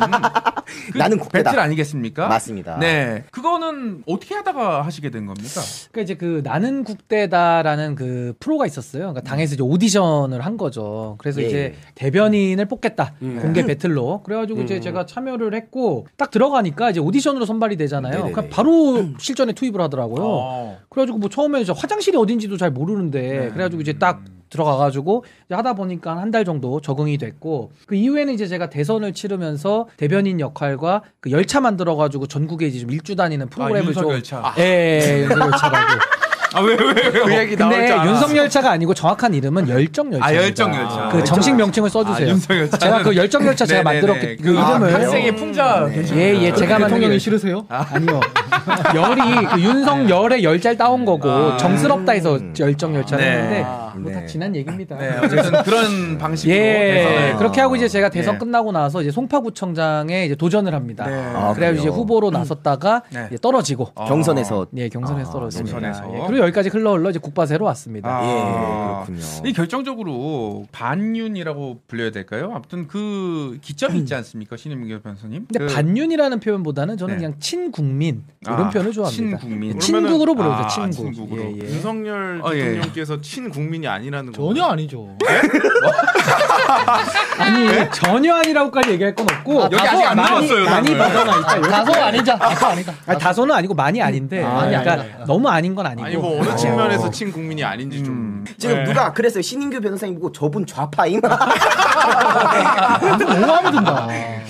그 나는 국회다. 배틀 아니겠습니까? 맞습니다. 네, 그거는 어떻게 하다가 하시게 된 겁니까? 그러니까 이제 그 나는 국대다라는 그 프로가 있었어요. 그러니까 당에서 이제 오디션을 한 거죠. 그래서 음. 예. 음. 이제 대변인을 뽑겠다 공개 배틀로. 그래가지고 이제 제가 참여를 했고 딱 들어가니까 이제 오디션으로 선발이 되잖아요. 네네네. 아. 그냥 바로 실전에 투입을 하더라고요. 어. 그래가지고 뭐 처음에 이제 화장실이 어딘지도 잘 네. 모르는데 그래가지고 이제 딱 들어가가지고 이제 하다 보니까 한 달 정도 적응이 됐고 그 이후에는 이제 제가 대선을 치르면서 대변인 역할과 그 열차 만들어가지고 전국에 이제 좀 일주 다니는 아, 프로그램을 아, 윤석 좀 열차. 예, 예, 윤석 열차라고. 아왜 왜 왜? 그 얘기 나올 어, 근데 줄 알아. 윤석 열차가 아니고 정확한 이름은 열정 열차. 아 열정 열차. 그 정식 명칭을 써주세요. 아, 네, 윤석 열차. 제가 그 열정 열차 제가 만들었기 그 이름을 학생의 풍자. 그 괜찮아요. 예, 예, 제가 만든 대통령이 싫으세요? 아니요. 열이 그 윤석 열의 열잘 따온 거고 정스럽다 해서 열정 열차를 아. 네. 했는데 아, 뭐 다 네. 지난 얘기입니다. 네, 어쨌든 그런 방식으로 예, 대선을 네. 그렇게 하고 이제 제가 대선 예. 끝나고 나서 이제 송파구청장에 이제 도전을 합니다. 네. 아, 그래가지고 이제 그래요? 후보로 나섰다가 네. 이제 떨어지고, 어. 아. 경선에서 예, 경선에서 아, 떨어졌습니다. 경선에서. 예, 그리고 여기까지 흘러 흘러 이제 국바세로 왔습니다. 아. 예, 그렇군요. 이 결정적으로 반윤이라고 불려야 될까요? 아무튼 그 기점이 있지 않습니까, 신임교 변호사님? 근데 그- 반윤이라는 표현보다는 저는 네. 그냥 친국민 이런 아, 표현을 좋아합니다. 친국민. 으로 부르죠. 아, 친국. 친국으로. 예, 예. 윤석열 어, 예. 대통령께서 친국민이 아니라는 거. 전혀 아니죠. 아니 전혀 아니라고까지 얘기할 건 없고 여기 아직 안 나왔어요, 많이 나는. 받아나 있다. 다소 아니자. 다소 아니다. 아니, 다소는 아니고 많이 아닌데 많이 그러니까 아니다. 너무 아닌 건 아니고 네. 아니 뭐 어느 측면에서 친국민이 아닌지 좀. 음. 지금 누가 그래서 신인규 변호사님 보고 저분 좌파임? 너무 든다.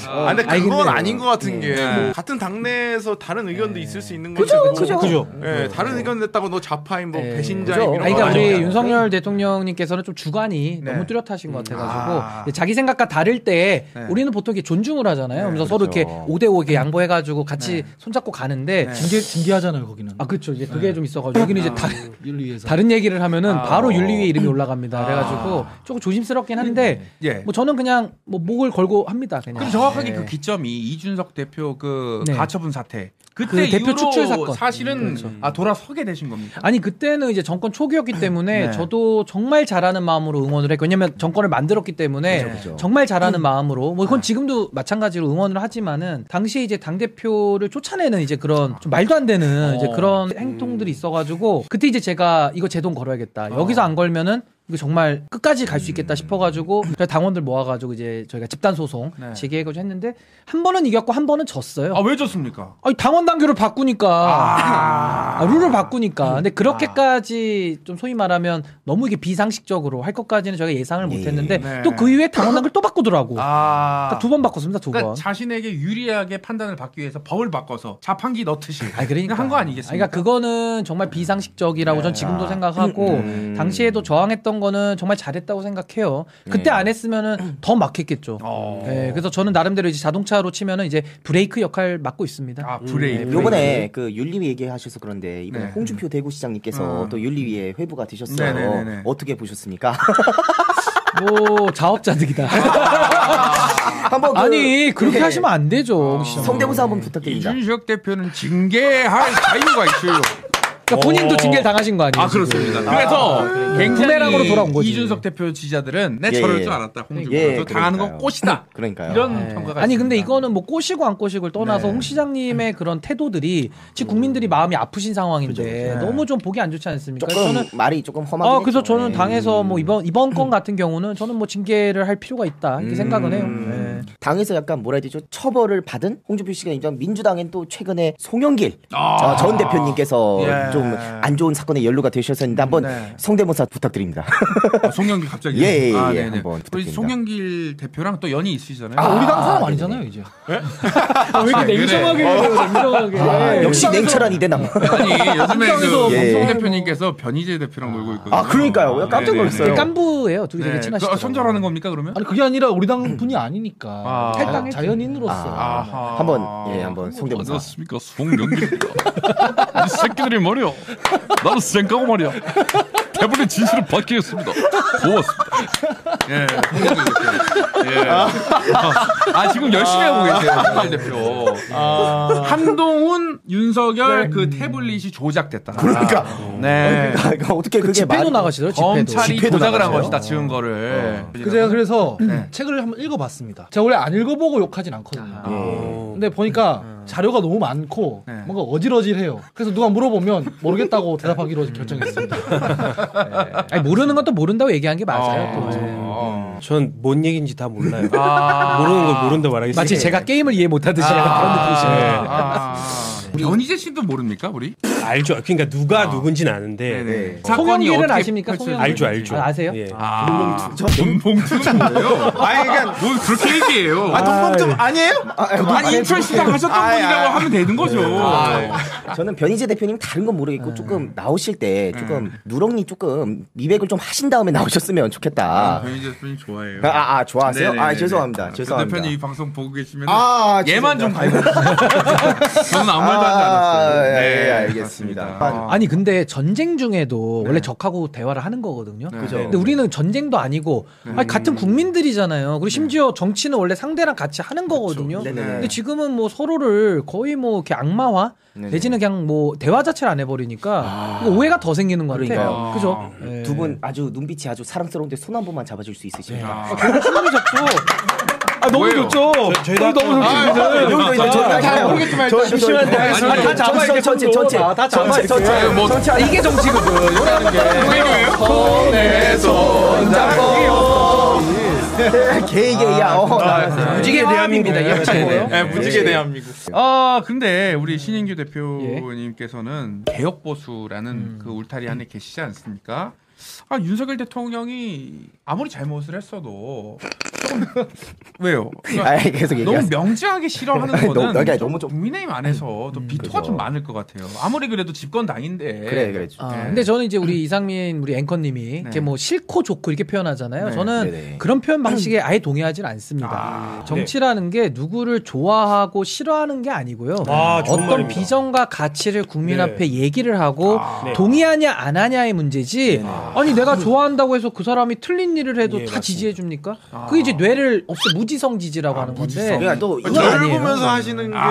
아, 근데 아니, 그건 근데- 네. 아닌 것 같은 게 네. 같은 당내에서 다른 의견도 있을 수 있는 거죠. 아, 그죠, 그죠. 네, 예, 다른 의견 냈다고 너 좌파인 뭐 예. 배신자인 이런 아니, 그러니까 거 우리 아니야. 윤석열 대통령님께서는 좀 주관이 네. 너무 뚜렷하신 것 같아가지고 아. 이제 자기 생각과 다를 때 네. 우리는 보통 이렇게 존중을 하잖아요. 그래서 서로 이렇게 그렇죠. 5대 5 이렇게 양보해가지고 같이 손잡고 가는데 징계 징계하잖아요 거기는. 아 그렇죠. 이제 그게 좀 있어가지고 여기는 이제 다, 윤리위에서. 다른 얘기를 하면은 아, 바로 어. 아. 윤리위에 이름이 올라갑니다. 그래가지고 조금 조심스럽긴 한데 예. 뭐 저는 그냥 뭐 목을 걸고 합니다. 그냥. 그럼 정확하게 예. 그 기점이 이준석 대표 그 네. 가처분 사태 그때 그 대표 이후로 축출 사건. 그렇죠. 사실은 아 돌아서게 되신 겁니까? 아니 그때는 이제 정권 초기였기 때문에 네. 저도 정말 잘하는 마음으로 응원을 했고 왜냐면 정권을 만들었기 때문에 정말 잘하는 마음으로 뭐 네. 그건 지금도 마찬가지로 응원을 하지만은 당시에 이제 당 대표를 쫓아내는 이제 그런 좀 말도 안 되는 어, 이제 음. 그런 행동들이 있어가지고 그때 이제 제가 이거 제동 걸어야겠다 여기서 안 걸면은 이거 정말 끝까지 갈 수 음. 있겠다 싶어가지고 그래서 당원들 모아가지고 이제 저희가 집단 소송 네. 제기해가지고 했는데 한 번은 이겼고 한 번은 졌어요. 아 왜 졌습니까? 아니 당원 당규를 바꾸니까 아, 룰을 바꾸니까. 음. 근데 그렇게까지 아. 좀 소위 말하면 너무 이게 비상식적으로 할 것까지는 저희가 예상을 못 했는데 네. 또 그 이후에 당원당을 또 바꾸더라고. 아 두 번 바꿨습니다, 두 그러니까 번. 자신에게 유리하게 판단을 받기 위해서 법을 바꿔서 자판기 넣듯이 아, 그러니까. 한 거 아니겠습니까? 네. 그러니까 그거는 정말 비상식적이라고 전 지금도 생각하고 음. 당시에도 저항했던 거는 정말 잘했다고 생각해요. 그때 안 했으면은 더 막혔겠죠. 네. 어. 네, 그래서 저는 나름대로 이제 자동차로 치면은 이제 브레이크 역할 맡고 있습니다. 아 브레이크. 요번에 그 윤리위 얘기하셔서 그런데 이번에 네. 홍준표 대구시장님께서 음. 또 윤리위에 회부가 되셨어요. 네네네네. 어떻게 보셨습니까? 뭐 자업자득이다. 아, 한번 그- 아니 그렇게 예. 네. 하시면 안 아. 되죠. 혹시. 음. 음, 성대모사 한번 부탁드립니다. 이준석 대표는 징계할 자유가 있어요. 그러니까 본인도 징계를 당하신 거 아니에요? 아, 아 그렇습니다. 그래서 굉장히 부메랑으로 돌아온 거지. 이준석 대표 지지자들은 내 예, 저럴 예. 줄 알았다. 홍준표 예, 예, 당하는 건 그러니까요. 꽃이다. 그러니까요. 이런 네. 평가가 아니 있습니다. 근데 네. 이거는 뭐 꼬시고 안 꼬시고를 떠나서 홍 시장님의 그런 태도들이 지금 국민들이 마음이 아프신 상황인데 그렇죠, 네. 너무 좀 보기 안 좋지 않습니까? 조금 그러니까 저는 말이 조금 험하게. 아 그래서 저는 당에서 음. 뭐 이번 이번 건 같은 경우는 저는 뭐 징계를 할 필요가 있다 음. 이렇게 생각은 해요. 네. 당에서 약간 뭐라 해야 되죠? 처벌을 받은 홍준표 씨가 인정. 민주당엔 또 최근에 송영길 아. 어, 전 대표님께서 예. 좀 안 좋은 사건에 연루가 되셨었는데 한번 네. 성대모사 부탁드립니다. 아, 송영길 갑자기 예, 예, 예, 아, 예, 네네. 한번 우리 부탁드립니다. 송영길 대표랑 또 연이 있으시잖아요. 우리 당 사람 아니잖아요 네, 이제. 아, 왜 이렇게 냉정하게 어. 냉정하게 네. 예. 아, 역시 냉철한 이대남. 아니 요즘에 그송 예. 대표님께서 변희재 대표랑 놀고 있거든요. 아, 그러니까요. 깜짝 네네네. 놀랐어요. 깜- 깐부예요 둘이 되게 네. 친하시죠. 그 손절하는 겁니까 그러면? 아니 그게 아니라 우리 당 분이 아니니까 아. 자- 탈당했죠. 자연인으로서 아하. 한번, 예, 한번 성대모사. 어떻습니까 송영길입니다. 이 새끼들이 말이야. 나는 생각하고 말이야. 대본의 진실을 밝히겠습니다. 고맙습니다. 예. 송영길 대표. 예. 아 지금 열심히 하고 계세요 송영길 대표. 아. 한동훈 윤석열 그 태블릿이 조작됐다. 그러니까 네. 그러니까 어떻게 그게 집회도 말이- 나가시더라고요. 집회도. 검찰이 집회도 조작을 한 나가세요? 것이다 지은 거를. 그 제가 그래서 네. 책을 한번 읽어봤습니다. 제가 원래 안 읽어보고 욕하진 않거든요. 어. 근데 보니까 자료가 너무 많고 네. 뭔가 어질어질해요. 그래서 누가 물어보면 모르겠다고 대답하기로 결정했습니다. 아니, 모르는 것도 모른다고 얘기한 게 맞아요. 또. 어. 전 뭔 얘기인지 다 몰라요. 아. 모르는 걸 모른다 말하겠어요. 마치 제가 네. 게임을 이해 못하듯이 약간 그런 느낌이시네요. 아, 우리 연희재 씨도 모릅니까 우리? 알죠. 그러니까 누가 누군지는 아는데 네네. 송영길은 아십니까? 송영길 알죠, 알죠. 아, 아세요? 예. 아, 돈봉투는 뭐예요? 아니 그러니까 뭘 그렇게 얘기해요? 아 예. 동봉좀 아니에요? 아니 인천시장 하셨던 아, 분이라고 아. 하면 되는 거죠. 아, 저는 변희재 대표님 다른 건 모르겠고 네. 조금 나오실 때 조금 누렁이 조금 미백을 좀 하신 다음에 나오셨으면 좋겠다. 아, 변희재 대표님 좋아해요. 아, 아, 좋아하세요? 아, 네네네네. 죄송합니다. 아, 그 죄송합니다. 대표님 이 방송 보고 계시면 아, 아, 얘만 좀 가요. 저는 아무 말도 하지 아, 않았어요. 네, 예, 예, 맞습니다. 알겠습니다. 아, 아니 근데 전쟁 중에도 원래 적하고 대화를 하는 거거든요. 그죠. 근데 우리는 전쟁도 아니고 아니, 같은 국민들이잖아요. 그리고 심지어 정치는 원래 상대랑 같이 하는 거거든요. 네네네. 근데 지금은 뭐 서로를 거의 뭐 이렇게 악마화 네네. 대지는 그냥 뭐 대화 자체를 안 해버리니까 이거 오해가 더 생기는 것 같아요. 그러니까요. 음. 그죠? 네. 두 분 아주 눈빛이 아주 사랑스러운데 손 한 번만 잡아줄 수 있으십니까? 아, 충분히 좋고 아, 너무 뭐예요? 좋죠. 저희도 너무 아, 아, 모르겠지만 일단 아니, 아니, 다 잡아야 전체, 돼, 전체, 손도. 전체. 아, 다 네, 잡아야 전체, 전체. 네, 예, 뭐 전체 아니- 이게 정치거든. 요라는 게. 네, 아, 개개야. 어, 나갔어요. 무지개 대한민국이다. 이게 최고예요. 예, 무지개 대한. 대한민국. 아 근데 음. 우리 신인규 예. 대표님께서는 개혁 보수라는 음. 그 울타리 안에 계시지 않습니까? 아 윤석열 대통령이 아무리 잘못을 했어도 조금 왜요? 그러니까 아이, 예, 계속 너무 얘기하세요. 명제하게 싫어하는 너무- 거는 그러니까 좀 너무 좀- 음, 국민의힘 안에서 또 비토가 그죠. 좀 많을 것 같아요. 아무리 그래도 집권 당인데 그래, 그래. 아, 네. 근데 저는 이제 우리 이상민 우리 앵커님이 이렇게 뭐 싫고 좋고 이렇게 표현하잖아요. 네, 저는 네네. 그런 표현 방식에 아예 동의하진 않습니다. 정치라는 게 누구를 좋아하고 싫어하는 게 아니고요. 아, 좋은 어떤 말입니다. 비전과 가치를 국민 네. 앞에 얘기를 하고 네. 동의하냐 안 하냐의 문제지. 아니 내가 좋아한다고 해서 그 사람이 틀린 일을 해도 다 지지해 줍니까? 그게 이제 뇌를 없애 무지성 지지라고 하는 건데. 그러니까 또 이거 저를 아니에요. 보면서 하시는 게 저는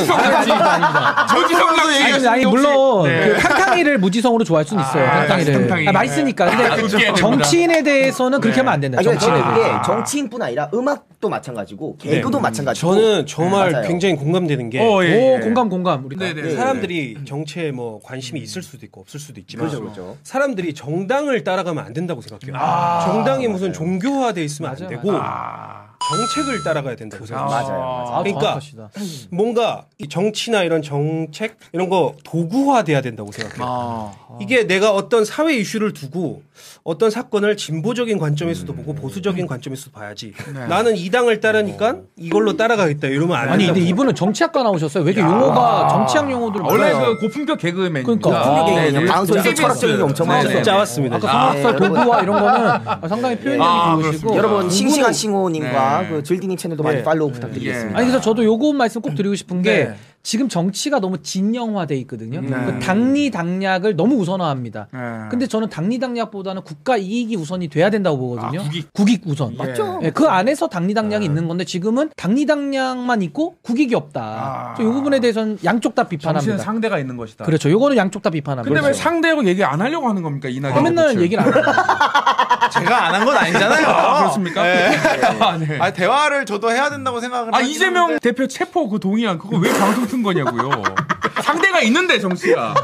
아, 저기서 아니, 아니 물론 그 탕탕이를 무지성으로 좋아할 수는 있어요. 아, 탕탕이를 탕탕이. 아, 맛있으니까. 근데 아, 웃겨야 정치인에 대해서는 그렇게 하면 안 된다. 아니, 정치인에 저는 대해. 이게 정치인뿐 아니라 음악도 마찬가지고 네. 개그도 마찬가지고 저는 정말 맞아요. 굉장히 공감되는 게그 어, 예, 오 예. 공감 공감 우리 가 네, 네. 사람들이 정치에 뭐 관심이 있을 수도 있고 없을 수도 있지만 그렇죠, 그죠 그죠. 사람들이 정당을 따라가면 안 된다고 생각해요. 아. 정당이 네. 무슨 종교화돼 있으면 안 되고 아, 정책을 따라가야 된다고 그렇죠. 생각해요. 맞아요. 맞아요. 아, 그러니까 정확하시다. 뭔가 이 정치나 이런 정책 이런 거 도구화돼야 된다고 생각해요. 아. 아. 이게 내가 어떤 사회 이슈를 두고 어떤 사건을 진보적인 관점에서도 보고 보수적인 관점에서도 봐야지. 나는 이 당을 따르니까 이걸로 따라가겠다 이러면 안 아니 된다고. 근데 이분은 정치학과 나오셨어요. 왜 이렇게 용어가 정치학 용어들 원래 몰라요? 그 고품격 네, 개그맨. 그러니까. 고품격 개그맨. 방송에서 철학적인 게 엄청 많아요. 네. 그 짜왔습니다. 아까 진짜. 성악설 네, 도구와 이런 거는 상당히 표현력이 예. 아, 좋으시고 그렇습니다. 여러분 싱싱한 이분은- 싱호님과 네. 그 즐디님 채널도 많이 팔로우 부탁드리겠습니다. 네. 아니 그래서 저도 요거 말씀 꼭 드리고 싶은 게 지금 정치가 너무 진영화돼 있거든요. 음. 네. 그 당리 당략을 너무 우선화합니다. 네. 근데 저는 당리 당략보다는 국가 이익이 우선이 돼야 된다고 보거든요. 아, 국익. 우선. 맞죠. 예, 그 안에서 당리 네. 당략이 있는 건데 지금은 당리 당략만 있고 국익이 아. 없다. 이 부분에 대해서는 양쪽 다 정치는 비판합니다. 상대가 있는 것이다. 그렇죠. 요거는 양쪽 다 비판합니다. 그렇죠. 근데 그렇죠. 왜 상대하고 얘기 안 하려고 하는 겁니까 이낙연? 그럼 맨날 얘기를 안 해요. 제가 안 한 건 아니잖아요. 아, 그렇습니까? 아, 네. 예. 아 대화를 저도 해야 된다고 생각을. 아 하긴 이재명 한데. 대표 체포 그 동의안 그거 왜 방송 튼 거냐고요. 상대가 있는데 정치가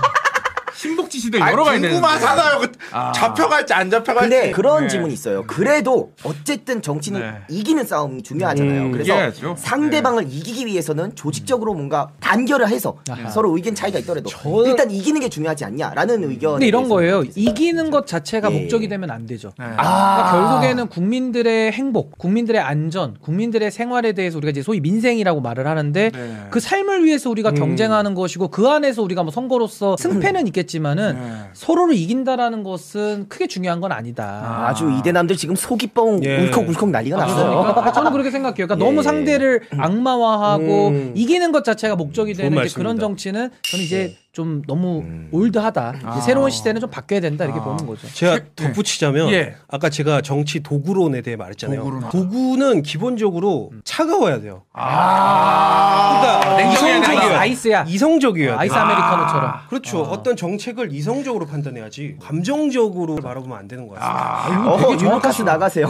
신복지 시대 아니, 여러 가지 궁금하잖아요. 그 아. 잡혀갈지 안 잡혀갈지. 근데 그런 네. 질문이 있어요. 그래도 어쨌든 정치는 네. 이기는 싸움이 중요하잖아요. 그래서 이겨야죠. 상대방을 이기기 위해서는 조직적으로 뭔가 단결을 해서 서로 의견 차이가 있더라도 일단 이기는 게 중요하지 않냐라는 의견. 근데 이런 거예요. 이기는 것 자체가 예. 목적이 되면 안 되죠. 그러니까 결국에는 국민들의 행복, 국민들의 안전, 국민들의 생활에 대해서 우리가 이제 소위 민생이라고 말을 하는데 그 삶을 위해서 우리가 경쟁하는 것이고 그 안에서 우리가 뭐 선거로서 승패는 있겠지만은 서로를 이긴다라는 것은 크게 중요한 건 아니다. 아주 이대남들 지금 속이 뻥 예. 울컥울컥 난리가 났어요. 그러니까 저는 그렇게 생각해요. 그러니까 너무 예. 상대를 악마화하고 음. 이기는 것 자체가 목적이 좋은 되는 이제 말씀입니다. 음. 그런 정치는 저는 이제 좀 너무 올드하다. 이제 새로운 시대는 좀 바뀌어야 된다 이렇게 보는 거죠. 제가 덧붙이자면 예. 아까 제가 정치 도구론에 대해 말했잖아요. 도구론. 도구는 기본적으로 차가워야 돼요. 아. 그러니까 냉정해야 된다. 아이스, 이성적이어야 돼. 아이스야. 이성적이어야 돼. 아이스 아메리카노처럼. 그렇죠. 어떤 정책을 이성적으로 판단해야지 감정적으로 말아보면 안 되는 거야. 어, 유로카스 나가세요.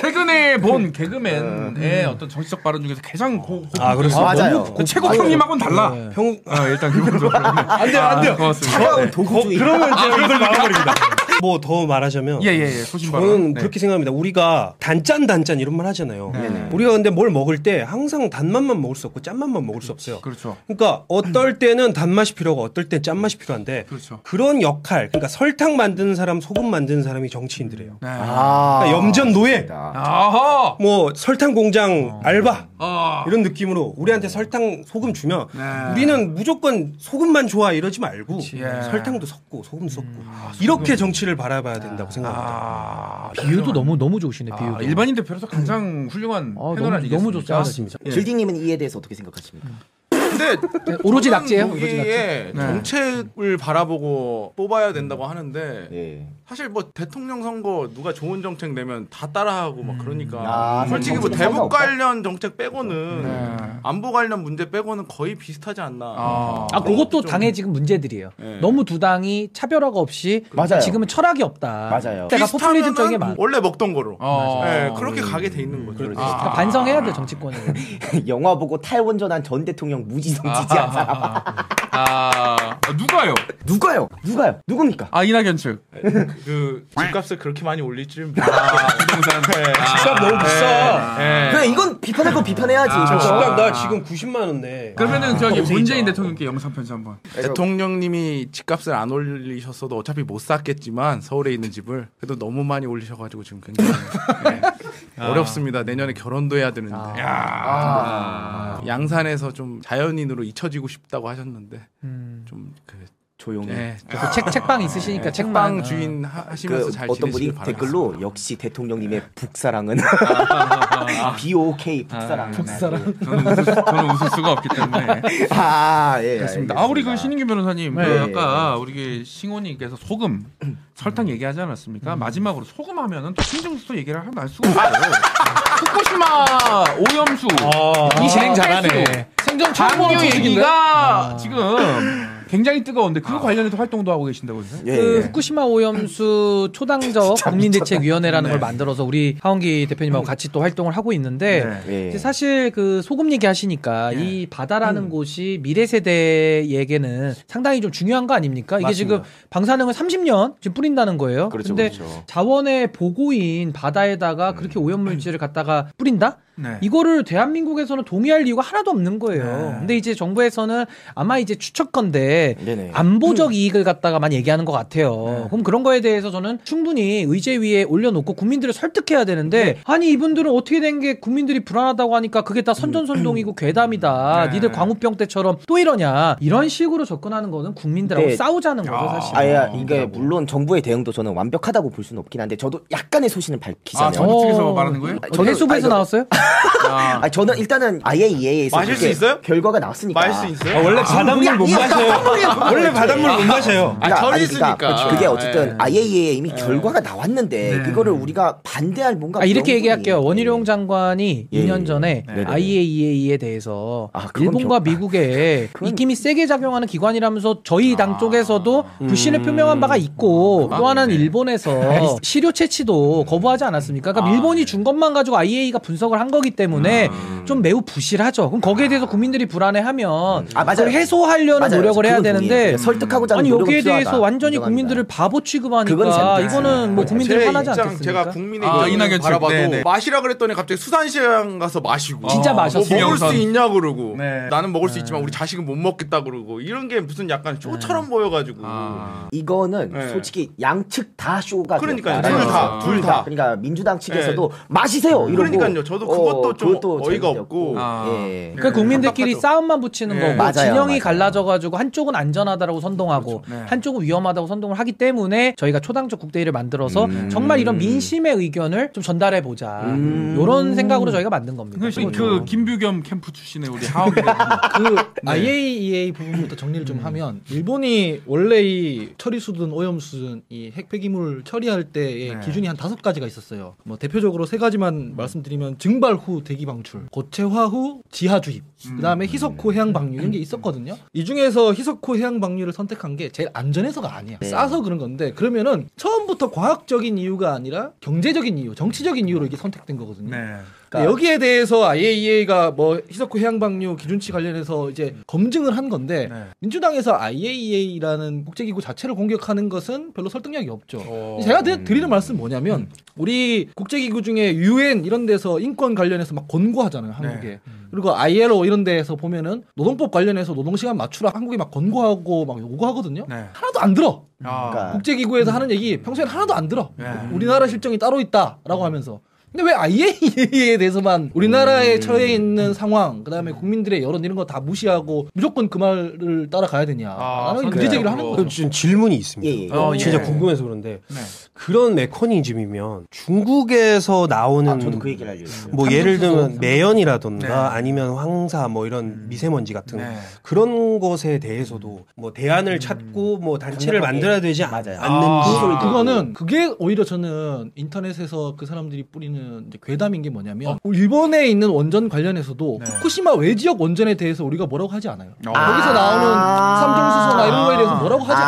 최근에 본 개그맨의 어떤 정치적 발언 중에서 가장 고, 고, 아, 그렇습니다. 네. 아, 맞아요. 그 최고평님하고는 달라. 평 아 일단 기본적으로 안 돼요, 안 돼요. 아, 고맙습니다. 네. 도구주의. 어, 그러면 이제 이걸 막아버립니다. 뭐 더 말하자면 예예예 소신 발언. 저는 네. 그렇게 생각합니다. 우리가 단짠 단짠 이런 말 하잖아요. 네. 네. 우리가 근데 뭘 먹을 때 항상 단맛만 먹을 수 없고 짠맛만 먹을 수 없어요. 그렇죠. 그러니까 어떨 때는 단맛이 필요하고 어떨 땐 짠맛이 필요한데 그렇죠. 런 역할 그러니까 설탕 만드는 사람 소금 만드는 사람이 정치인들이에요. 네. 아. 아. 그러니까 염전 노예 아하. 뭐 설탕 어. 공장 알바 아. 네. 이런 느낌으로 우리한테 설탕 소금 주면 우리는 무조건 소금만 좋아 이러지 말고 예. 음. 설탕도 섞고 소금도 섞고 이렇게 정치를 바라봐야 된다고 생각합니다. 아. 비유도 너무 너무 좋으시네 비유도. 아, 일반인 대표로서 가장 훌륭한 어, 패널 너무 아니겠습니까? 너무 좋다 진짜. 길딩님은 이에 대해서 어떻게 생각하십니까? 근데 그 오로지 저는 낙제예요. 오로지 낙제. 네. 보기에 정책을 바라보고 뽑아야 된다고 하는데 예. 사실 뭐 대통령 선거 누가 좋은 정책 내면 다 따라하고 음. 막 그러니까 아, 솔직히 뭐 정책은 대북 상관없다. 관련 정책 빼고는 안보 관련 문제 빼고는 거의 비슷하지 않나. 네. 아. 아, 그것도 좀- 당의 지금 문제들이에요. 네. 너무 두 당이 차별화가 없이 맞아요. 지금은 철학이 없다. 맞아요. 내가 포퓰리즘적인 게 많아. 뭐, 원래 먹던 거로. 어. 네, 예, 그렇게 가게 돼 있는 거죠. 그러니까 아. 반성해야 돼 정치권이. 예. 영화 보고 탈원전한 전 대통령 무지성 지지한 사람. 아 누가요? 누가요? 누가요? 누굽니까? 아 이낙연 측. 그 집값을 그렇게 많이 올릴 줄은 아, 부동산. 집값 네, 너무 비싸. 그래 이건 비판할 건 비판해야지. 네. 아, 그러니까. 그죠? 집값 나 지금 90만 원 내. 아, 그러면은 저기 문재인 대통령께 영상 편지 한번. 대통령님이 집값을 안 올리셨어도 어차피 못 샀겠지만 서울에 있는 집을 그래도 너무 많이 올리셔가지고 지금 굉장히 예, 어렵습니다. 내년에 결혼도 해야 되는데 아. 양산에서 좀 자연인으로 잊혀지고 싶다고 하셨는데 좀그 조용히. 예, 음. 그 책, 책방 있으시니까 네, 책방 책만. 주인 하, 하시면서 네. 아. 그 잘 어떤 분이 지내시길 바라겠습니다. 댓글로 역시 대통령님의 북사랑은 BOK 북사랑. 북사랑. 저는 웃을, 수- 저는 웃을 수가 없기 때문에. 아 예. 그렇습니다. 아 우리 그 신인규 변호사님 네. 그 아까 우리 그 신호님께서 소금 설탕 얘기하지 음. 않았습니까? 마지막으로 소금 하면은 또 신중수도 얘기를 하면 알 수가 아, 없어요. 아, 후쿠시마 오염수 어, 아. 이 진행 잘하네. 생존 방류 얘기가 지금 굉장히 뜨거운데 그거 관련해서 활동도 하고 계신다고요? 예. 그 예. 후쿠시마 오염수 초당적 네. 국민대책위원회라는 걸 만들어서 우리 하원기 대표님하고 같이 또 활동을 하고 있는데 예. 이제 사실 그 소금 얘기하시니까 이 바다라는 곳이 미래 세대에게는 상당히 좀 중요한 거 아닙니까? 이게 지금 방사능을 30년 지금 뿌린다는 거예요. 그렇죠, 근데 그렇죠. 자원의 보고인 바다에다가 그렇게 오염물질을 갖다가 뿌린다? 네. 이거를 대한민국에서는 동의할 이유가 하나도 없는 거예요. 근데 이제 정부에서는 아마 이제 추측건데 네네. 음. 네. 안보적 이익을 갖다가만 얘기하는 것 같아요. 그럼 그런 거에 대해서 저는 충분히 의제 위에 올려놓고 국민들을 설득해야 되는데 네. 아니 이분들은 어떻게 된 게 국민들이 불안하다고 하니까 그게 다 음. 선전선동이고 괴담이다. 네. 니들 광우병 때처럼 또 이러냐 이런 식으로 접근하는 거는 국민들하고 네. 싸우자는 거죠 사실. 아, 예, 이게 물론 정부의 대응도 저는 완벽하다고 볼 수는 없긴 한데 저도 약간의 소신을 밝히자면 아 정치 측에서 말하는 거예요? 저는- 해수부에서 아, 이거- 나왔어요? 아, 저는 일단은 아예 EA에서 마실 수 있어요? 결과가 나왔으니까. 마실 수 있어요? 아, 원래 바닷물 못 마셔요. 원래 바닷물 못 마셔요. 아, 그러니까, 절이 아니, 그러니까 있으니까. 그게 어쨌든 IAEA 이미 결과가 나왔는데 그거를 우리가 반대할 뭔가 아, 이렇게 명분이- 얘기할게요. 원희룡 장관이 예, 2년 예. 전에 네네네. IAEA에 대해서 아, 그건 일본과 좀- 미국의 그건- 아. 입김이 세게 작용하는 기관이라면서 저희 당 쪽에서도 음. 불신을 표명한 바가 있고 또 네. 하나는 일본에서 시료 채취도 거부하지 않았습니까? 아. 그러니까 일본이 준 것만 가지고 IAEA가 분석을 한 거기 때문에 음. 좀 매우 부실하죠. 그럼 거기에 대해서 국민들이 불안해하면 아, 맞아요. 그걸 해소하려는 맞아요. 노력을 해야 그건 동의해요. 되는데 설득하고자 하는 아니 노력은 여기에 대해서 필요하다. 완전히 인정합니다. 국민들을 바보 그건 취급하니까 잘못됐어요. 이거는 뭐 국민들이 제 화나지 입장, 않겠습니까? 제가 국민의 아, 입장을 이낙연 측, 바라봐도 네네. 마시라 그랬더니 갑자기 수산시장 가서 마시고 아, 진짜 마셨어요. 뭐 먹을 수 김영선. 있냐 그러고 네. 나는 먹을 수 있지만 우리 자식은 못 먹겠다 그러고 이런 게 무슨 약간 네. 쇼처럼 보여가지고 아. 이거는 네. 솔직히 양측 다 쇼가 그러니까요. 되었다라는 둘 거죠. 다, 둘 다. 그러니까 민주당 측에서도 마시세요 이러고 그러니까요. 저도 그것도 좀 어이가 잘못됐고. 없고. 아. 예. 그러니까 예, 국민들끼리 답답하죠. 싸움만 붙이는 예. 거고 맞아요, 진영이 맞아요. 갈라져가지고 한쪽은 안전하다라고 선동하고 한쪽은 위험하다고 선동을 하기 때문에 저희가 초당적 국대위를 만들어서 음. 정말 이런 민심의 의견을 좀 전달해 보자 음. 이런 생각으로 저희가 만든 겁니다. 그러니까 그, 그 김규겸 캠프 출신의 우리 하옥이 네. 아. 그 IAEA 부분부터 정리를 좀 하면 일본이 원래 이 처리수든 오염수든 이 핵폐기물 처리할 때의 기준이 한 다섯 가지가 있었어요. 뭐 대표적으로 세 가지만 말씀드리면 증발 후 대기 방출, 고체화 후 지하 주입, 그다음에 희석호 해양 방류 이런 게 있었거든요. 이 중에서 희석호 해양 방류를 선택한 게 제일 안전해서가 아니야. 싸서 그런 건데 그러면은 처음부터 과학적인 이유가 아니라 경제적인 이유, 정치적인 이유로 이게 선택된 거거든요. 그러니까 여기에 대해서 IAEA가 뭐 희석호 해양방류 기준치 관련해서 이제 검증을 한 건데 민주당에서 IAEA라는 국제기구 자체를 공격하는 것은 별로 설득력이 없죠. 제가 드- 드리는 말씀 은 뭐냐면 우리 국제기구 중에 UN 이런 데서 인권 관련해서 막 권고하잖아요 한국에 그리고 ILO 이런 데에서 보면은 노동법 관련해서 노동시간 맞추라 한국이 막 권고하고 막 요구하거든요. 하나도 안 들어. 아. 그러니까 국제기구에서 하는 얘기 평소엔 하나도 안 들어. 우리나라 실정이 따로 있다라고 하면서. 근데 왜 IAEA에 대해서만 우리나라에 처해 있는 상황, 그다음에 국민들의 여론 이런 거 다 무시하고 무조건 그 말을 따라가야 되냐라는 그 문제 제기를 하는 거죠. 아, 지금 질문이 있습니다. 예, 예. 어, 진짜 예. 궁금해서 그런데 네. 그런 메커니즘이면 중국에서 나오는 아, 저도 그 얘기를 하려고 했어요. 뭐 예를 들면 매연이라든가 네. 아니면 황사 뭐 음. 이런 미세먼지 같은 그런 것에 대해서도 뭐 대안을 찾고 뭐 단체를 강력하게. 만들어야 되지 맞아요. 않는지 그거는 그게 오히려 저는 인터넷에서 그 사람들이 뿌리는 이제 괴담인 게 뭐냐면 일본에 있는 원전 관련해서도 후쿠시마 외지역 원전에 대해서 우리가 뭐라고 하지 않아요. 거기서 나오는 삼중수소나 이런 거에 대해서 뭐라고 하지 않아요.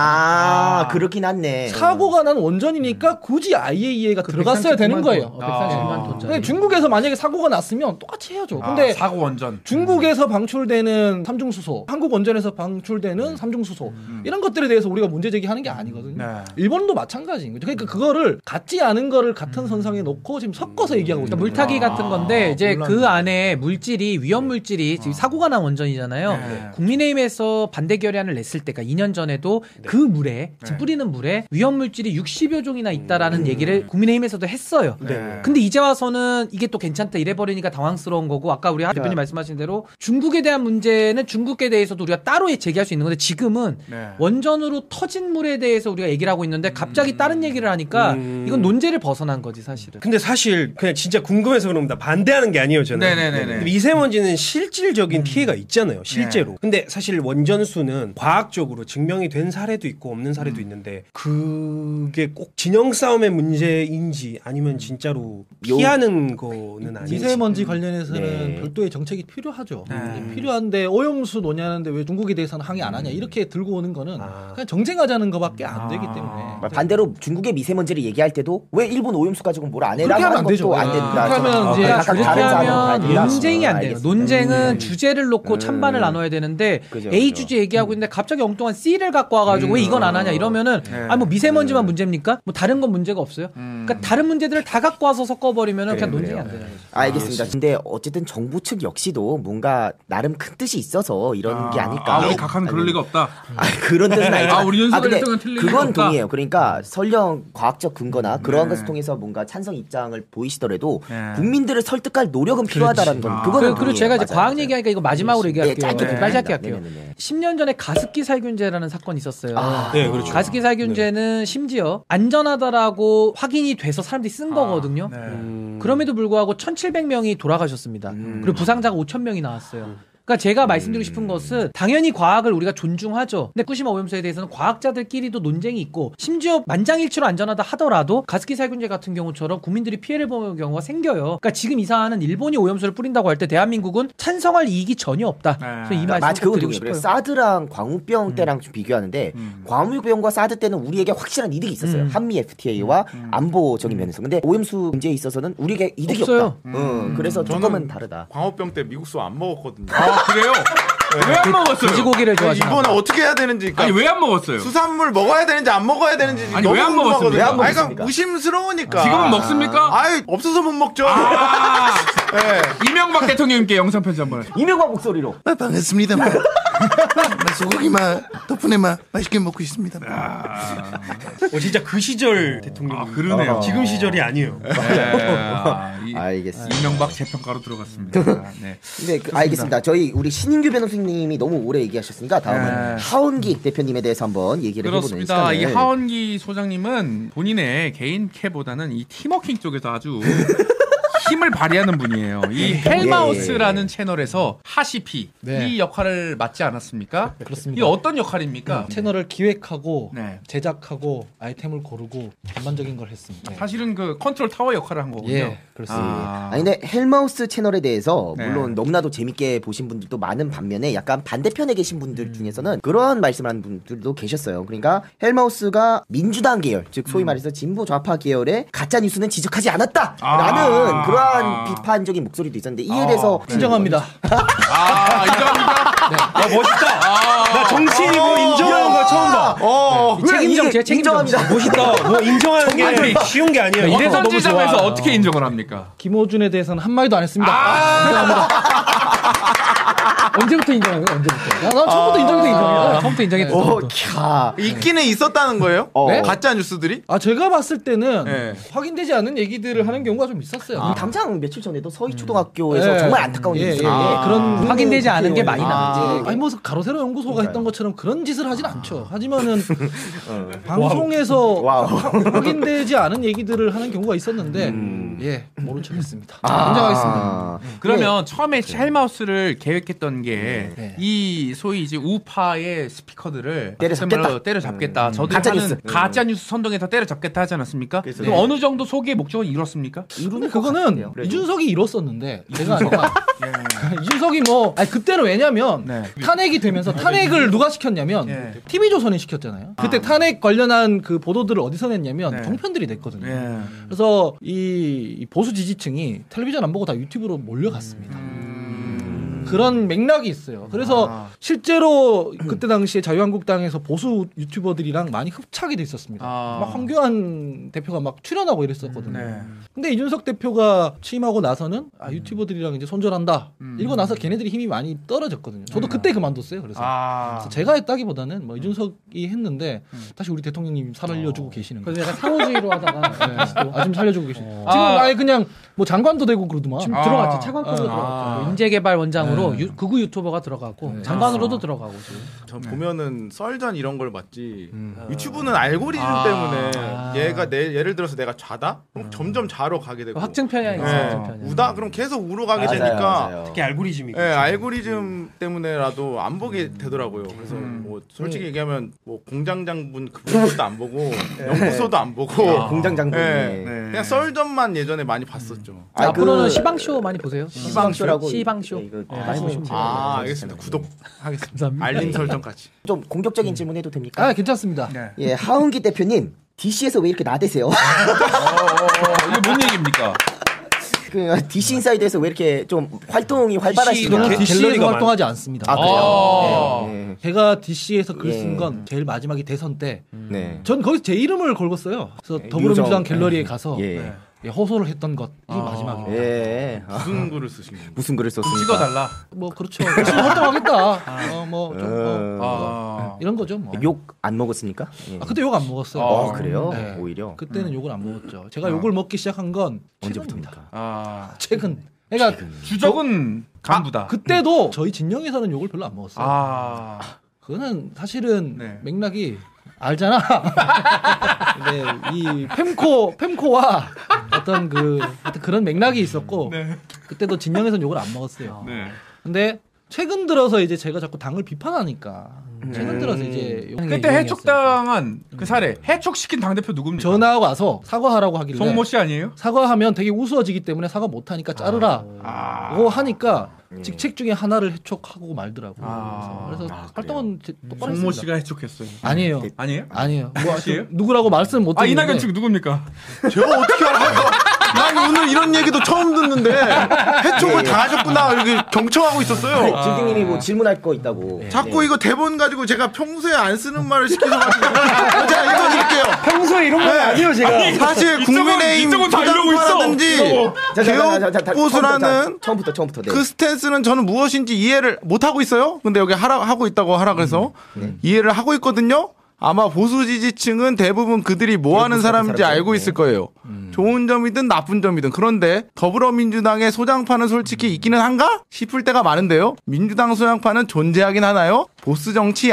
아, 그렇긴 한네. 사고가 난 음. 원전이니까 굳이 IAEA가 그 들어갔어야 되는 뭐. 거예요. 130만 톤짜리. 근데 중국에서 만약에 사고가 났으면 똑같이 해야죠. 아, 근데 아, 사고 원전. 중국에서 방출되는 삼중수소, 한국 원전에서 방출되는 음. 삼중수소 음. 이런 것들에 대해서 우리가 문제 제기하는 게 아니거든요. 네. 네. 일본도 마찬가지인 거죠. 그러니까 그거를 같지 않은 거를 같은 선상에 놓고 지금 섞어서 얘기하고 음. 있다. 그러니까 물타기 같은 건데 이제 그 안에 물질이 위험 물질이 지금 사고가 난 원전이잖아요. 국민의힘에서 반대 결의안을 냈을 때가 2년 전에도 그 물에 지금 뿌리는 물에 위험 물질이 60여 종이나 있다라는 얘기를 국민의힘에서도 했어요. 네. 근데 이제 와서는 이게 또 괜찮다 이래 버리니까 당황스러운 거고 아까 우리 하 대표님 말씀하신 대로 중국에 대한 문제는 중국에 대해서도 우리가 따로 제기할 수 있는 건데 지금은 네. 원전으로 터진 물에 대해서 우리가 얘기를 하고 있는데 갑자기 다른 얘기를 하니까 이건 논제를 벗어난 거지 사실은. 근데 사실 그냥 진짜 궁금해서 그럽니다. 반대하는 게 아니에요, 저는. 네네네네. 근데 미세먼지는 실질적인 피해가 있잖아요, 실제로. 근데 사실 원전수는 과학적으로 증명이 된 사례도 있고 없는 사례도 있는데 그게 꼭 진영 싸움의 문제인지 아니면 진짜로 피하는 거는 아닌지. 미세먼지 관련해서는 네. 별도의 정책이 필요하죠. 네. 필요한데 오염수 논의하는데 왜 중국에 대해서는 항의 안 하냐 음. 이렇게 들고 오는 거는 아. 그냥 정쟁하자는 거밖에 안 아. 되기 아, 때문에 반대로 중국의 미세먼지를 얘기할 때도 왜 일본 오염수 가지고 뭘 안 해라고 그렇게 하면 하는 안 되죠. 것도 안 된다. 그렇게 하면 이제 약간 그렇게 아, 그렇죠. 다른 사람으로 하면 가야 된다. 논쟁이 안 돼요. 알겠습니다. 네. 논쟁은 주제를 놓고 찬반을 나눠야 되는데 그죠, A 그죠. 주제 얘기하고 있는데 갑자기 엉뚱한 C를 갖고 와가지고 왜 이건 안 하냐 이러면은 음. 네. 아 뭐 미세먼지만 문제입니까? 뭐 다른 건 문제가 없어요. 그러니까 다른 문제들을 다 갖고 와서 섞어버리면은 네, 그냥 논쟁이 안 되는 거죠. 알겠습니다. 근데 어쨌든 정부 측 역시도 뭔가 나름 큰 뜻이 있어서 이런 게 아닐까. 아, 우리 각하는 그럴 리가 없다. 아, 그런 뜻은 아니죠. 아, 우리 연수가 근데 일등은 틀릴 리가 그건 없다. 동의해요. 그러니까 설령 과학적 근거나 그러한 것을 통해서 뭔가 찬성 입장을 보이시더라도 국민들을 설득할 노력은 필요하다라는 건 그거는 그리고, 그리고 동의해요. 제가 이제 맞아요, 과학 맞아요. 얘기하니까 이거 마지막으로 네, 얘기할게요. 짧게 네, 네, 빨리 짧게 할게요. 네네네. 10년 전에 가습기 살균제라는 사건이 있었어요. 아, 네, 그렇죠. 가습기 살균제는 심지어 안전하다라고 확인이 인식이 돼서 사람들이 쓴 아, 거거든요. 네. 그럼에도 불구하고 1,700명이 돌아가셨습니다. 그리고 부상자가 5,000명이 나왔어요. 그러니까 제가 말씀드리고 싶은 것은 당연히 과학을 우리가 존중하죠. 근데 후쿠시마 오염수에 대해서는 과학자들끼리도 논쟁이 있고 심지어 만장일치로 안전하다 하더라도 가스기 살균제 같은 경우처럼 국민들이 피해를 보는 경우가 생겨요. 그러니까 지금 이 사안은 일본이 오염수를 뿌린다고 할 때 대한민국은 찬성할 이익이 전혀 없다. 그러니까 그래서 이 말씀 아, 마치 꼭 그건 드리고 되게 그래요. 싶어요. 사드랑 광우병 때랑 좀 비교하는데 광우병과 사드 때는 우리에게 확실한 이득이 있었어요. 한미 FTA와 안보적인 면에서. 근데 오염수 문제에 있어서는 우리에게 이득이 없 없어요. 다 음. 그래서 저는- 조금은 다르다. 광호병 때 미국소 안 먹었거든요. 아 그래요? 왜 안 먹었어요? 돼지고기를 근데 좋아하시나 네, 이번에 어떻게 해야 되는지 그러니까 아니 왜 안 먹었어요? 수산물 먹어야 되는지 안 먹어야 되는지 아니, 너무 왜안 궁금하거든요. 먹었습니까? 아, 아니, 그러니까 왜안 먹었습니까? 의심스러우니까. 지금은 먹습니까? 아유 없어서 못 먹죠. 아, 네. 이명박 대통령님께 영상 편지 한번. 해요. 이명박 목소리로. 아, 반갑습니다. 마. 마, 소고기 마 덕분에 마 맛있게 먹고 있습니다. 마. 어, 진짜 그 시절 대통령. 아 그러네요. 지금 시절이 아니에요. 네. 아, 이, 알겠습니다. 이명박 재평가로 들어갔습니다. 네. 네, 그, 알겠습니다. 저희 우리 신인규 변호사님이 너무 오래 얘기하셨으니까 다음은 하원기 대표님에 대해서 한번 얘기를 네. 해보는 그렇습니다. 시간을. 이 하원기 소장님은 본인의 개인 캐보다는 이 팀워킹 쪽에서 아주 힘을 발휘하는 분이에요. 이 헬마우스라는 채널에서 하시피 네. 이 역할을 맡지 않았습니까? 그렇습니다. 음, 이 어떤 역할입니까? 네. 채널을 기획하고 네. 제작하고 아이템을 고르고 전반적인 걸 했습니다. 네. 사실은 그 컨트롤 타워 역할을 한 거군요. 예, 그렇습니다. 아. 아니 근데 헬마우스 채널에 대해서 네. 물론 너무나도 재밌게 보신 분들도 많은 반면에 약간 반대편에 계신 분들 중에서는 그러한 말씀을 하는 분들도 계셨어요. 그러니까 헬마우스가 민주당 계열, 즉 소위 말해서 진보 좌파 계열의 가짜 뉴스는 지적하지 않았다라는 아. 그러한 비판적인 목소리도 있었는데 이에 대해서 인정합니다. 아, 인정합니다. 아 멋있다. 나 정치인이고 인정하는 거 처음 봐. 어, 이 책임정, 제 책임정. 멋있다. 뭐 인정하는 게 쉬운 게 아니에요. 이래 어, 너무 좋아. 던지자면서 어떻게 인정을 합니까? 김호준에 대해서는 한 마디도 안 했습니다. 아! 언제부터 인정한 거예요? 언제부터? 야, 난 처음부터 인정해도 인정이야. 처음부터 인정해도. 오, 처음부터. 캬. 있기는 있었다는 거예요? 어. 네? 가짜 뉴스들이? 아 제가 봤을 때는 네. 확인되지 않은 얘기들을 하는 경우가 좀 있었어요. 당장 며칠 전에도 서희초등학교에서 예. 정말 안타까운 일이 예, 있었는데 예, 예. 그런 아. 확인되지 않은 게 많이 아. 아니 뭐 가로세로 연구소가 했던 것처럼 그런 짓을 하진 않죠. 하지만은 어. 방송에서 와우. 하- 확인되지 않은 얘기들을 하는 경우가 있었는데 예 모른 척했습니다. 인정하겠습니다. 아. 그러면 처음에 헬마우스를 계획했던 게 네. 이 소위 이제 우파의 스피커들을 때려잡겠다. 말로 때려잡겠다. 저들 가짜 하는 뉴스. 가짜 뉴스 선동해서 때려잡겠다 하지 않았습니까? 그럼 어느 정도 소기의 목적은 네. 이뤘습니까? 근데 그거는 네. 이준석이 이뤘었는데 제가 아니라 이준석이 뭐 아니 그때는 왜냐면 예. 네. 탄핵이 되면서 탄핵을 누가 시켰냐면 예. TV 조선이 시켰잖아요. 그때 탄핵 관련한 그 보도들을 어디서 냈냐면 네. 정편들이 냈거든요. 그래서 이, 이 보수 지지층이 텔레비전 안 보고 다 유튜브로 몰려갔습니다. 음. 음. 그런 맥락이 있어요. 그래서 아. 실제로 그때 당시에 자유한국당에서 보수 유튜버들이랑 많이 흡착이 돼 있었습니다. 아. 네. 막 황교안 대표가 막 출연하고 이랬었거든요. 근데 이준석 대표가 취임하고 나서는 아 유튜버들이랑 이제 손절한다. 이러고 나서 걔네들이 힘이 많이 떨어졌거든요. 저도 그때 그만뒀어요. 그래서. 아. 그래서 제가 했다기보다는 뭐 이준석이 했는데 다시 우리 대통령님 살려주고 계시는 거예요. 그래서 약간 상호주의로 하다가 네. 아, 지금 살려주고 계시네. 지금 아. 아예 그냥 뭐 장관도 되고 그러더만. 지금 아. 들어갔죠. 차관급으로 아. 들어갔죠. 인재개발 원장으로 유- 극우 유튜버가 들어가고 장관으로도 들어가고 지금. 전 보면은 썰전 이런 걸 봤지. 음. 아. 유튜브는 알고리즘 아. 때문에 얘가 내 예를 들어서 내가 좌다? 그럼 점점 좌로 가게 되고. 그 확증 편향이 있어요. 네. 확증 편향. 우다? 그럼 계속 우로 가게 맞아요, 되니까 맞아요. 특히 알고리즘이. 예, 알고리즘 때문에라도 안 보게 음. 되더라고요. 그래서 뭐 솔직히 얘기하면 뭐 공장장분 그분도 안 보고 연구소도 안 보고 네. 아, 공장 장군이 예, 그냥 썰전만 예전에 많이 봤었죠. 아, 앞으로는 그- 시방쇼 많이 보세요. 시방쇼라고 시방쇼. 이거 네, 많이 많이 보시면 보시면 돼요. 아, 네. 알겠습니다. 구독하겠습니다. 알림 설정까지. 좀 공격적인 질문 해도 됩니까? 아 괜찮습니다. 네. 예, 하은기 대표님 DC에서 왜 이렇게 나대세요? 어, 이게 뭔 얘기입니까? 그 DC 인사이드에서 왜 이렇게 좀 활동이 활발하시냐? 저는 저는 갤- DC에서 갤러리가 활동하지 않습니다. 아 그래요? 아. 네. 제가 DC에서 글 쓴 건 제일 마지막이 대선 때. 네. 전 거기서 제 이름을 걸었어요. 그래서 유정. 더불어민주당 갤러리에 네. 음. 가서 예. 예, 호소를 했던 것이 네. 마지막이에요. 예. 아, 무슨 글을 쓰신 건가요? 무슨 글을 썼습니까? 찍어달라. 뭐 그렇죠. 열심히 활동하겠다. 어, 뭐 좀, 어, 아. 이런 거죠. 뭐. 욕 안 먹었습니까? 예. 아, 그때 욕 안 먹었어요. 어, 그래요? 네. 오히려 그때는 욕을 안 먹었죠. 제가 욕을 먹기 시작한 건 최근입니다. 언제부터입니까? 아. 최근. 그러니까 주적은 아. 아, 간부다. 그- 음. 그때도 저희 진영에서는 욕을 별로 안 먹었어요. 아. 그거는 사실은 네. 맥락이 알잖아. 네, 이 펨코 펨코와 어떤 그 어떤 그런 맥락이 있었고 그때도 진영에서 욕을 안 먹었어요. 네. 근데 최근 들어서 이제 제가 자꾸 당을 비판하니까 음. 최근 들어서 이제 욕하는 게 그때 유행이었어요. 해촉당한 그 사례 해촉시킨 당대표 누굽니까? 전화하고 와서 사과하라고 하길래 송모 씨 아니에요? 사과하면 되게 우스워지기 때문에 사과 못 하니까 자르라. 아. 고 하니까 직책 중에 하나를 해촉하고 말더라고. 아. 요 그래서 활동은 제- 똑바로 송모 했습니다. 음. 씨가 해촉했어요. 아니에요. 아니에요? 아니에요. 뭐 아직 씨예요? 누구라고 말씀 못 아 드리는데 이낙연 측 누굽니까? 제가 어떻게 알아요? 난 오늘 이런 얘기도 처음 듣는데 해촉을 당하셨구나 이렇게 경청하고 있었어요. 길딩님이 뭐 질문할 거 있다고. 아. 네. 자꾸 이거 대본 가지고 제가 평소에 안 쓰는 말을 시키는 것 같아요. 제가 이거 드릴게요. 평소에 이런 건 아니에요, 제가. 사실 국민의힘 이쪽은 다 이러고 있어. 소장과라든지 개혁보수라는 처음부터 처음부터 네. 그 스탠스는 저는 무엇인지 이해를 못 하고 있어요. 근데 여기 하라 하고 있다고 하라 그래서 이해를 하고 있거든요. 아마 보수 지지층은 대부분 그들이 뭐 하는 사람인지 사람들, 알고 네. 있을 거예요. 좋은 점이든 나쁜 점이든 그런데 더불어민주당의 소장파는 솔직히 있기는 한가 싶을 때가 많은데요. 민주당 소장파는 존재하긴 하나요? 보수 정치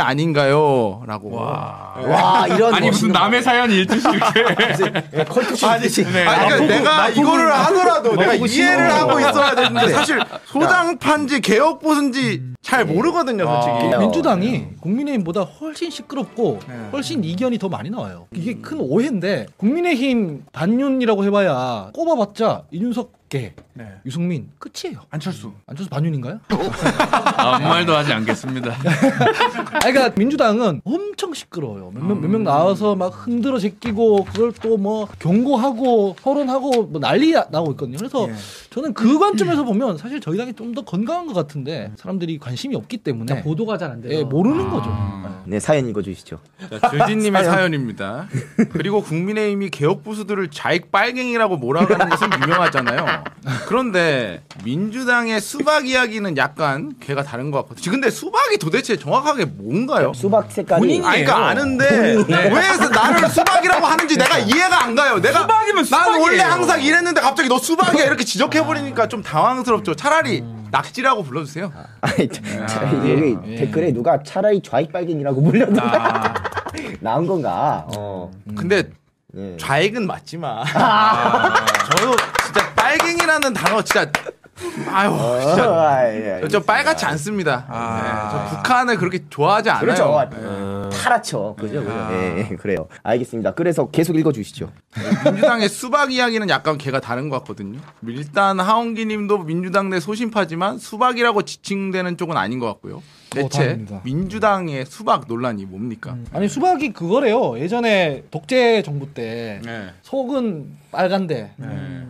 아닌가요?라고. 와 이런 네, 아니 무슨 남의 사연이 일주시 이렇게 컬투시 듯이 아니, 그러니까 내가 이거를 하더라도 내가 이해를 하고 있어야 음. 되는데 사실 소장판지 개혁보수인지 잘 모르거든요, 솔직히. 민주당이 국민의힘보다 훨씬 시끄럽고 훨씬 이견이 더 많이 나와요. 이게 큰 오해인데 국민의힘 반윤이라고 해봐야 꼽아봤자 이준석 개, 유승민 끝이에요. 안철수. 안철수 반윤인가요? 아무 말도 하지 않겠습니다. 아, 그러니까 민주당은 엄청 시끄러워요. 몇 명 몇 명 나와서 막 흔들어 제끼고 그걸 또 뭐 경고하고 토론하고 뭐 난리 나- 나고 있거든요. 그래서 예. 저는 그 관점에서 보면 사실 저희 당이 좀 더 건강한 것 같은데 사람들이 관심이 없기 때문에 보도가 잘 안 돼요. 아. 예, 모르는 거죠. 네 사연 읽어주시죠. 아, 주진님의 사연입니다. 그리고 국민의힘이 개혁 보수들을 자익 빨갱이라고 몰아가는 것은 유명하잖아요. 그런데 민주당의 수박 이야기는 약간 걔가 다른 것 같거든요. 근데 수박이 도대체 정확하게 뭔가요? 수박 색깔이 아니, 그러니까 아는데 왜 나를 수박이라고 하는지 내가 이해가 안 가요. 내가 네. 그러니까. 수박이면 난 수박이에요. 원래 항상 이랬는데 갑자기 너 수박이야 이렇게 지적해 버리니까 좀 당황스럽죠. 차라리 음. 낙지라고 불러주세요. 아니 차- 차라리 여기 댓글에 누가 차라리 좌익 빨갱이라고 몰려든가 나온 건가? 어. 음. 근데 네. 좌익은 맞지만 아, 저도 진짜 빨갱이라는 단어 진짜 아유 진짜 그렇죠. 아, 예, 예. 저 빨갛지 않습니다. 아. 네, 저 북한을 그렇게 좋아하지 않아요. 그렇죠. 파랗죠. 그죠? 그죠? 예, 예, 그래요. 알겠습니다. 그래서 계속 읽어주시죠. 민주당의 수박 이야기는 약간 걔가 다른 것 같거든요. 일단 하원기님도 민주당 내 소신파지만 수박이라고 지칭되는 쪽은 아닌 것 같고요. 대체 다릅니다. 민주당의 수박 논란이 뭡니까? 아니 수박이 그거래요. 예전에 독재 정부 때 네. 속은 빨간데 네.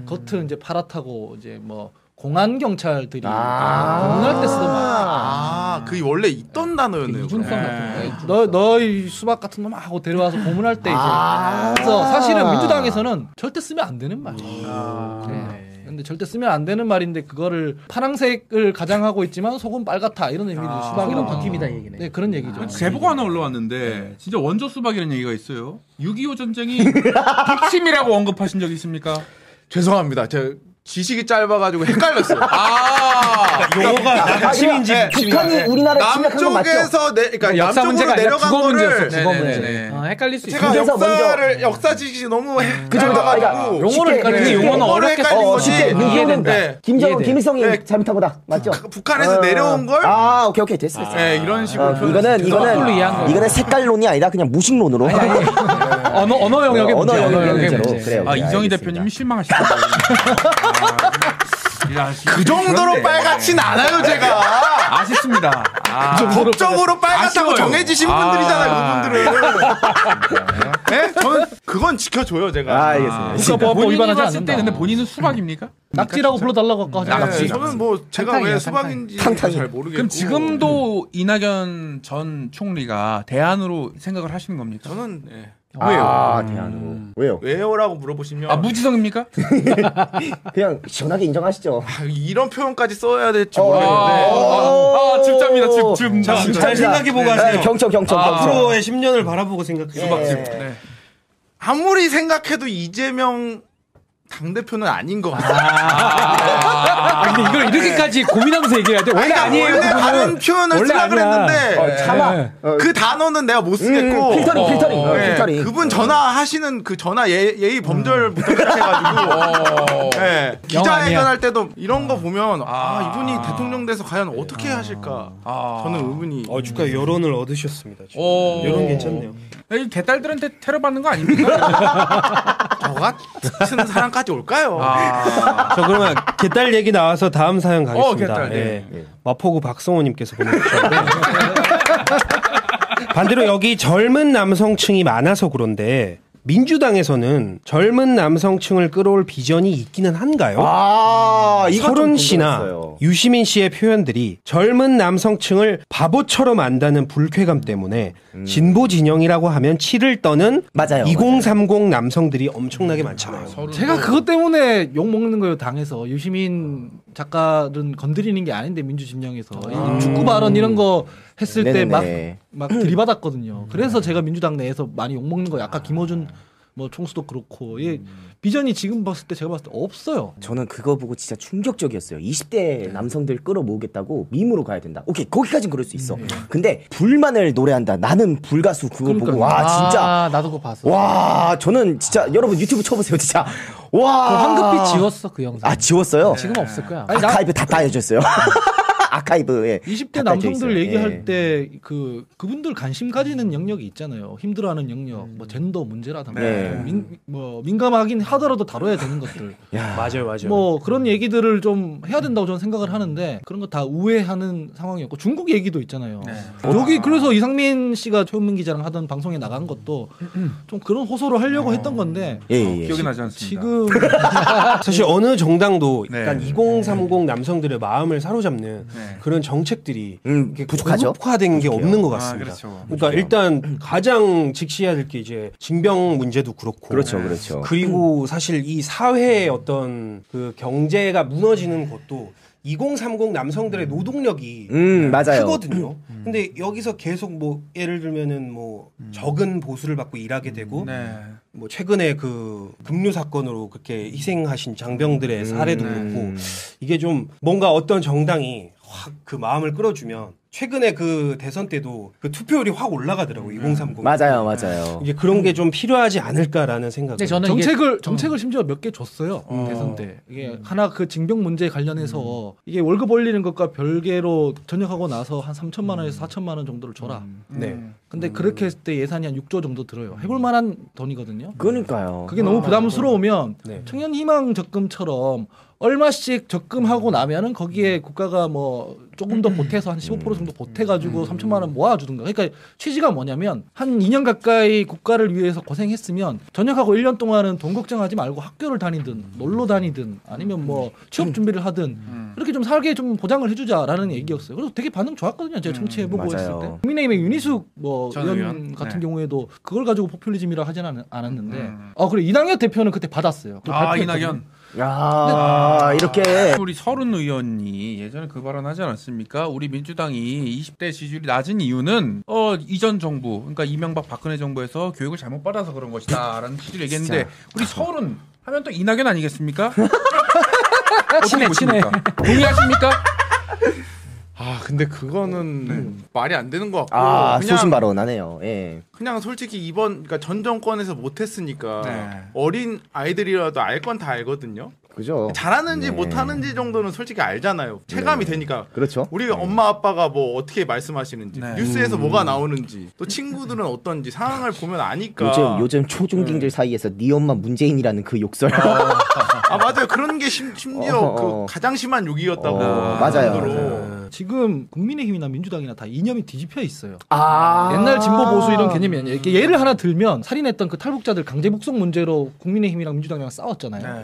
겉은 이제 파랗다고 이제 뭐 공안 경찰들이 아. 공할 때 쓰던 말. 아, 그 원래 있던 단어였네요. 이중성 그럼. 같은 거. 너, 너희 수박 같은 놈 하고 데려와서 고문할 때 이제. 아. 아. 그래서 사실은 민주당에서는 절대 쓰면 안 되는 말이에요. 네. 근데 절대 쓰면 안 되는 말인데 그거를 파랑색을 가장하고 있지만 속은 빨갛다 이런 의미로 수박이라고 바뀝니다 이 얘기네. 네 아. 그런 얘기죠. 제보가 하나 올라왔는데 진짜 원조 수박이라는 얘기가 있어요. 6.25 전쟁이 핵심이라고 언급하신 적 있습니까? 죄송합니다. 제 지식이 짧아가지고 헷갈렸어요. 아, 아, 아, 핵심인지 그러니까 북한이 우리나라를 침략한 거 맞죠? 남쪽에서 내, 그러니까 역사 남쪽으로 문제가 아니라 내려간 국어 문제였어. 거를 국어 문제. 네네네. 어, 헷갈릴 수 있어. 제가 그래서 역사를 역사 지식이 너무 그죠? 그러니까 헷갈려가지고 용어를 쉽게, 헷갈리네. 예. 근데 용어는 용어를 어렵게 헷갈린 어, 거지. 쉽게 이해된다. 네. 김정은, 이해돼. 김일성이 네. 잘못한 거다. 맞죠? 어. 북한에서 내려온 걸 아, 오케이, 오케이. 됐어, 됐어. 네, 이런 식으로 어, 표현을 이거는 거꾸로 이거는 이해한 거예요. 이거는 색깔론이 아니라 그냥 무식론으로 언어 언어 영역의 언어 문제. 영역의 영역의 문제로 문제. 그래요. 아 네, 이정희 알겠습니다. 대표님이 실망하시다. 야, 그 정도로 빨갛진 않아요 제가 아쉽습니다. 아, 법적으로 그 빨갛다고 아쉬워요. 정해지신 분들이잖아요 그분들은 네? 저는 그건 지켜줘요 아, 제가 알겠습니다. 국가보안법 본인이 위반하지 봤을 때 않는다. 근데 본인은 수박입니까? 그러니까 낙지라고 불러달라고 아까 하지 네, 않았지. 저는 뭐 제가 탕탕이에요, 왜 수박인지 탕탕이. 잘 모르겠고 그럼 음. 지금도 이낙연 전 총리가 대안으로 생각을 하시는 겁니까? 저는 네. 아, 대안으로. 왜요? 왜요라고 물어보시면 아 무지성입니까? 네. 그냥 시원하게 인정하시죠. 아, 이런 표현까지 써야 될지 어, 모르겠는데 어, 아, 집자입니다, 집, 집. 자, 자, 잘 생각해보고 네, 하세요. 경청, 경청, 네. 경청. 앞으로의 네. 네. 10년을 바라보고 생각해요. 수박집. 아무리 생각해도 이재명 당 대표는 아닌 것 같아요. 아, 근데 이걸 이렇게까지 고민하면서 얘기해야 돼. 원래 그러니까 아니에요. 원래 그거는. 다른 표현을 원래 쓰려 아니야. 그랬는데 예. 참아. 어, 그 단어는 내가 못 쓰겠고 필터링, 필터링, 어, 예, 필터링. 그분 전화하시는 그 전화 예, 예의 범절부터 어. 시작해가지고 예, 기자회견할 때도 이런 거 보면 아, 이분이 대통령 돼서 과연 어떻게 하실까 저는 의문이 어, 주가 여론을 얻으셨습니다. 지금. 오. 여론 괜찮네요. 이 개딸들한테 테러 받는 거 아닙니까? 저 같은 사람까지 올까요? 아. 아. 저 그러면 개딸 얘기 나와서 다음 사연 가겠습니다. 어, 개딸, 네. 예. 마포구 박성호님께서 보내주셨는데 반대로 여기 젊은 남성층이 많아서 그런데 민주당에서는 젊은 남성층을 끌어올 비전이 있기는 한가요? 아, 이거 좀 서른 씨나 궁금했어요. 유시민 씨의 표현들이 젊은 남성층을 바보처럼 안다는 불쾌감 때문에 진보 진영이라고 하면 치를 떠는 맞아요, 2030 남성들이 엄청나게 많잖아요. 제가 그것 때문에 욕 먹는 거예요 당에서 유시민 작가는 건드리는 게 아닌데 민주진영에서 이 축구 발언 이런 거 했을 때 막 막 네네네. 들이받았거든요. 그래서 제가 민주당 내에서 많이 욕 먹는 거예요. 아까 김어준 뭐 총수도 그렇고 예, 비전이 지금 봤을 때 제가 봤을 때 없어요. 저는 그거 보고 진짜 충격적이었어요. 20대 남성들 끌어모으겠다고 밈으로 가야 된다. 오케이 거기까진 그럴 수 있어. 근데 불만을 노래한다. 나는 불가수 그거 보고 와 진짜 아, 나도 그거 봤어. 와 저는 진짜 여러분 유튜브 쳐보세요 진짜 그거 와 황급히 지웠어 그 영상. 아 지웠어요. 지금 네. 없을 거야. 아니, 나- 아카이브 다 따여줬어요. 아카이브에 예. 20대 남성들 얘기할 때 그 그분들 관심 가지는 영역이 있잖아요. 힘들어하는 영역, 뭐 젠더 문제라든가 네. 민, 뭐 민감하긴 하더라도 다뤄야 되는 것들. 맞아요, 예. 맞아요. 뭐 그런 얘기들을 좀 해야 된다고 저는 생각을 하는데 그런 거 다 우회하는 상황이었고 중국 얘기도 있잖아요. 네. 네. 여기 그래서 이상민 씨가 최은민 기자랑 하던 방송에 나간 것도 좀 그런 호소를 하려고 했던 건데 예예. 기억이 나지 않습니다. 지금 사실 어느 정당도 네. 약간 2030 남성들의 마음을 사로잡는 네. 그런 정책들이 음 부족하죠. 고급화된 게 없는 것 같습니다. 그렇죠. 그러니까 일단 가장 직시해야 될 게 이제 징병 문제도 그렇고 그렇죠 그렇죠. 리고 사실 이 사회의 어떤 그 경제가 무너지는 것도 2030 남성들의 노동력이 음 맞아요. 크거든요. 근데 여기서 계속 뭐 예를 들면은 뭐 음. 적은 보수를 받고 일하게 되고 네. 뭐 최근에 그 급류 사건으로 그렇게 희생하신 음, 장병들의 사례도 네. 그렇고 이게 좀 뭔가 어떤 정당이 확 그 마음을 끌어주면 최근에 그 대선 때도 그 투표율이 확 올라가더라고 요 2030. 음. 맞아요 맞아요. 이제 그런 게 좀 필요하지 않을까라는 생각. 근데 저는 이게 정책을 정책을 심지어 몇 개 줬어요 대선 때 이게 하나 그 징병 문제 관련해서 이게 월급 올리는 것과 별개로 전역하고 나서 한 3천만 원에서 4천만 원 정도를 줘라. 음, 네. 근데 음. 그렇게 했을 때 예산이 한 6조 정도 들어요. 해볼 만한 돈이거든요. 그러니까요. 그게 너무 부담스러우면 네. 청년 희망 적금처럼 얼마씩 적금하고 나면은 거기에 국가가 뭐 조금 더 보태서 한 15% 정도 보태가지고 3천만 원 모아주든가. 그러니까 취지가 뭐냐면 한 2년 가까이 국가를 위해서 고생했으면 전역하고 1년 동안은 돈 걱정하지 말고 학교를 다니든 놀러 다니든 아니면 뭐 취업 준비를 음. 하든 그렇게 좀 살게 좀 보장을 해주자라는 얘기였어요. 그래서 되게 반응 좋았거든요. 제가 청취해보고 음. 맞아요. 네. 했을 때. 국민의힘의 윤희숙 뭐 전 의원, 의원. 같은 네. 음, 경우에도 그걸 가지고 포퓰리즘이라 하진 않, 않았는데 아 그래 이낙연 대표는 그때 받았어요. 그걸 아 발표했거든요. 네. 이낙연 야 이렇게 우리 서른 의원이 예전에 그 발언하지 않았습니까? 우리 민주당이 20대 지지율이 낮은 이유는 어 이전 정부 그러니까 이명박 박근혜 정부에서 교육을 잘못 받아서 그런 것이다라는 취지를 얘기했는데 우리 서른 하면 또 이낙연 아니겠습니까? 친해 친해 동의하십니까? 아 근데 그거는 말이 안 되는 것 같고 아 그냥 소신 발언하네요. 예. 그냥 솔직히 이번 그러니까 전 정권에서 못했으니까 네. 어린 아이들이라도 알 건 다 알거든요. 그죠. 잘하는지 네. 못하는지 정도는 솔직히 알잖아요. 체감이 되니까. 그렇죠. 우리 엄마 아빠가 뭐 어떻게 말씀하시는지 네. 뉴스에서 음. 뭐가 나오는지 또 친구들은 어떤지 상황을 보면 그러니까. 아니까 요즘 요즘 초중딩들 사이에서 네 엄마 문재인이라는 그 욕설. 아 맞아요 그런 게 심, 심지어 어, 그 어. 가장 심한 욕이었다고 어, 할 맞아요, 정도로. 맞아요. 지금 국민의힘이나 민주당이나 다 이념이 뒤집혀 있어요. 아 음. 옛날 진보 보수 이런 개념이 아니에요. 이게 예를 하나 들면 살인했던 그 탈북자들 강제 북송 문제로 국민의힘이랑 민주당이랑 네. 싸웠잖아요.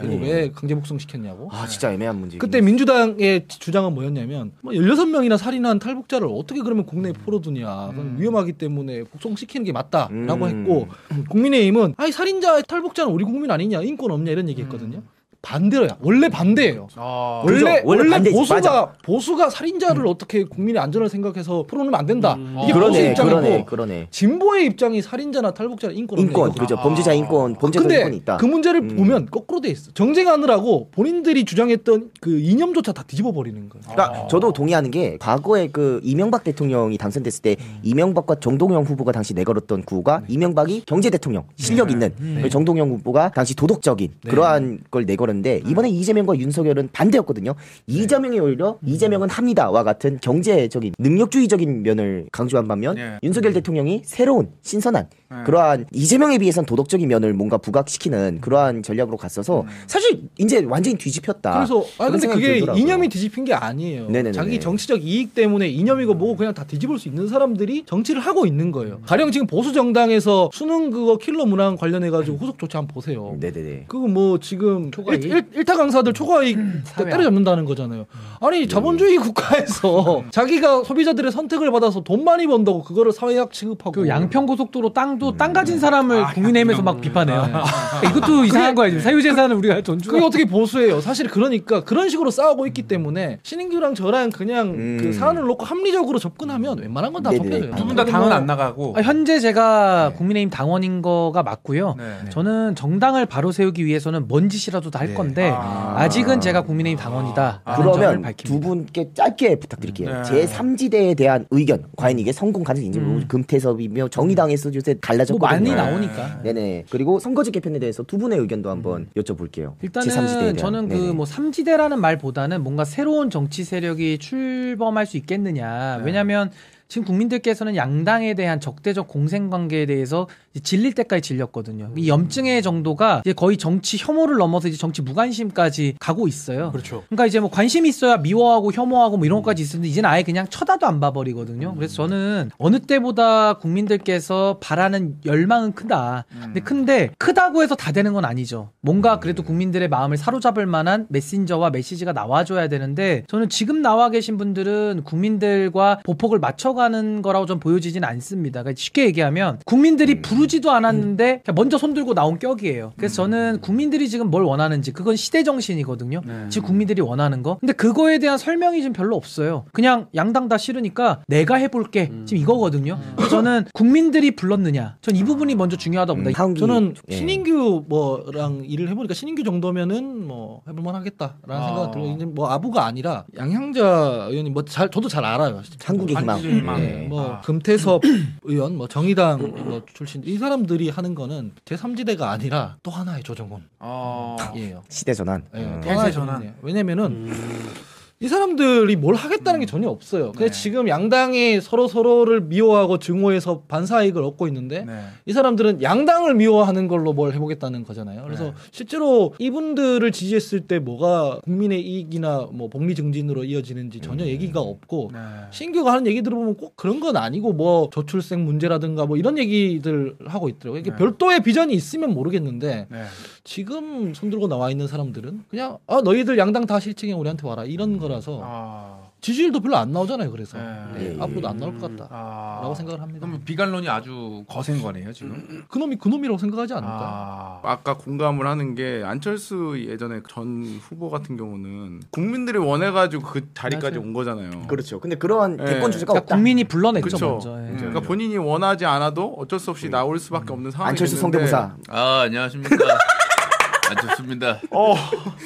음. 그리고 왜 강제 북송 시켰냐고. 아 진짜 애매한 문제. 그때 민주당의 주장은 뭐였냐면 뭐 16명이나 살인한 탈북자를 어떻게 그러면 국내에 음. 풀어두냐 그건 위험하기 때문에 복송시키는 게 맞다라고 음. 했고 국민의힘은 아니 살인자 탈북자는 우리 국민 아니냐 인권 없냐 이런 얘기했거든요 반대로야. 원래 반대예요. 음. 원래 그렇죠. 아, 그죠? 원래 원래 반대지. 보수가 맞아. 음. 보수가 살인자를 어떻게 국민의 안전을 생각해서 풀어놓으면 안 된다. 아, 이게 보수 뭐 그러네, 입장이고 그러네, 그러네. 진보의 입장이 살인자나 탈북자나 인권 인권, 그죠? 범죄자 인권, 범죄자 인권이 근데 있다. 그 문제를 음. 보면 거꾸로 돼 있어. 정쟁하느라고 본인들이 주장했던 그 이념조차 다 뒤집어 버리는 거야. 그러니까 저도 동의하는 게 과거에 그 이명박 대통령이 당선됐을 때 음. 이명박과 정동영 후보가 당시 내걸었던 구호가 이명박이 경제 대통령 음. 실력 있는 그리고 정동영 후보가 당시 도덕적인 네. 그러한 걸 내걸었는데 음. 이번에 이재명과 윤석열은 반대였거든요. 네. 이재명이 음. 오히려 이재명은 합니다와 같은 경제적인 능력주의적인 면을 강조한 반면 네. 음. 윤석열 대통령이 새로운 신선한 네. 그러한 이재명에 비해선 도덕적인 면을 뭔가 음. 부각시키는 그러한 전략으로 갔어서 사실 이제 완전히 뒤집혔다. 그래서 아 그런 근데 생각이 그게 들더라고요. 이념이 뒤집힌 게 아니에요. 네네네네. 음. 자기 정치적 이익 때문에 이념이고 뭐고 그냥 다 뒤집을 수 있는 사람들이 정치를 하고 있는 거예요. 가령 지금 보수 정당에서 수능 그거 킬러 문항 관련해 가지고 후속 조치 한번 보세요. 네네네. 그거 뭐 지금 초과이익? 음, 일, 일, 타 강사들 초과익 때려잡는다는 거잖아요. 음. 아니 자본주의 국가에서 자기가 소비자들의 선택을 받아서 돈 많이 번다고 그거를 사회학 취급하고 그 양평 고속도로 땅도 땅 가진 사람을 아, 국민의힘에서 막 비판해요. 네. 그러니까 이것도 이상한 거야 지금 사유 재산을 우리가 돈 주고 그게 어떻게 보수예요? 사실 그러니까 그런 식으로 싸우고 있기 때문에 신인규랑 저랑 그냥 음. 그 사안을 놓고 합리적으로 접근하면 웬만한 건 다 네네. 접혀져요. 두 두분 다 당은 안 나가고. 그 아, 현재 네. 제가 국민의힘 당원인 거가 맞고요. 네. 저는 정당을 바로 세우기 위해서는 뭔 짓이라도 다 할 건데 아... 직은 제가 국민의힘 당원이다. 그러면 두 밝힙니다. 네. 분께 짧게 부탁드릴게요. 제 3지대에 대한 의견, 과연 이게 성공 가능한지 뭐 금태섭이며 정의당에서 요새 음. 뭐 갈라졌거든요. 네. 많이 나오니까. 네네. 그리고 선거제 개편에 대해서 두 분의 의견도 한번 여쭤볼게요. 제3지대에 음. 일단은 대한. 저는 그 네네. 뭐 삼지대라는 말보다는 뭔가 새로운 정치 세력이 출범할 수 네. 있겠느냐. 왜냐하면 지금 국민들께서는 양당에 대한 적대적 공생 관계에 대해서 이제 질릴 때까지 질렸거든요. 음. 이 염증의 정도가 이제 거의 정치 혐오를 넘어서 이제 정치 무관심까지 가고 있어요. 그렇죠. 그러니까 이제 뭐 관심이 있어야 미워하고 혐오하고 뭐 이런 것까지 있었는데 이제는 아예 그냥 쳐다도 안 봐버리거든요. 그래서 음. 저는 어느 때보다 국민들께서 바라는 열망은 크다. 음. 근데 그 큰데 크다고 해서 다 되는 건 아니죠. 뭔가 그래도 국민들의 마음을 사로잡을 만한 메신저와 메시지가 나와줘야 되는데 저는 지금 나와 계신 분들은 국민들과 보폭을 맞춰가는 거라고 좀 보여지진 않습니다. 그러니까 쉽게 얘기하면 국민들이 부르지도 않았는데 그냥 먼저 손들고 나온 격이에요. 그래서 저는 국민들이 지금 뭘 원하는지 그건 시대 정신이거든요. 네. 음. 지금 국민들이 원하는 거. 근데 그거에 대한 설명이 지금 별로 없어요. 그냥 양당 다 싫으니까 내가 해볼게. 지금 이거거든요. 그래서 저는 국민들이 불렀느냐. 전 이 부분이 네. 먼저 중요하다고 봅니다. 하은기- 저는 예. 신인규 뭐랑 일을 해보니까 신인규 정도면은 뭐 해볼만 아. 하겠다라는 생각 들고 이제 뭐 아부가 아니라 양향자 의원이 뭐 잘 저도 잘 알아요. 한국의 희망. 한국의 네. 뭐 금태섭 의원, 뭐 정의당 뭐 출신 이 사람들이 하는 거는 제 3지대가 아니라 또 하나의 조정원이에요. 어. 시대 전환. 네. 예, 음. 또 전환. 음. 하나의 조정원이에요. 왜냐면은 이 사람들이 뭘 하겠다는 게 전혀 없어요. 근데 네. 지금 양당이 서로 서로를 미워하고 증오해서 반사이익을 얻고 있는데 네. 이 사람들은 양당을 미워하는 걸로 뭘 해보겠다는 거잖아요. 그래서 네. 실제로 이분들을 지지했을 때 뭐가 국민의 이익이나 뭐 복리 증진으로 이어지는지 전혀 음. 얘기가 없고 네. 신규가 하는 얘기 들어보면 꼭 그런 건 아니고 뭐 저출생 문제라든가 뭐 이런 얘기들 하고 있더라고요. 네. 이게 별도의 비전이 있으면 모르겠는데 지금 손들고 나와 있는 사람들은 그냥 아 너희들 양당 다 실증에 우리한테 와라 이런 거라서 아. 어. 지지율도 별로 안 나오잖아요. 그래서 네. 예, 앞으로도 안 나올 것 같다라고 아. 생각을 합니다. 그럼 비관론이 아주 거센 거네요 지금. 그놈이 그놈이라고 생각하지 않을까? 아. 아까 공감을 하는 게 안철수 예전에 전 후보 같은 경우는 국민들이 원해가지고 그 자리까지 온 거잖아요. 그렇죠. 근데 그러한 예. 대권 주제가 그러니까 없다. 국민이 불러냈죠 그쵸. 먼저. 예. 음. 그러니까 본인이 원하지 않아도 어쩔 수 없이 나올 수밖에 없는 음. 상황이 안철수 됐는데 성대모사. 아 안녕하십니까. 안 좋습니다.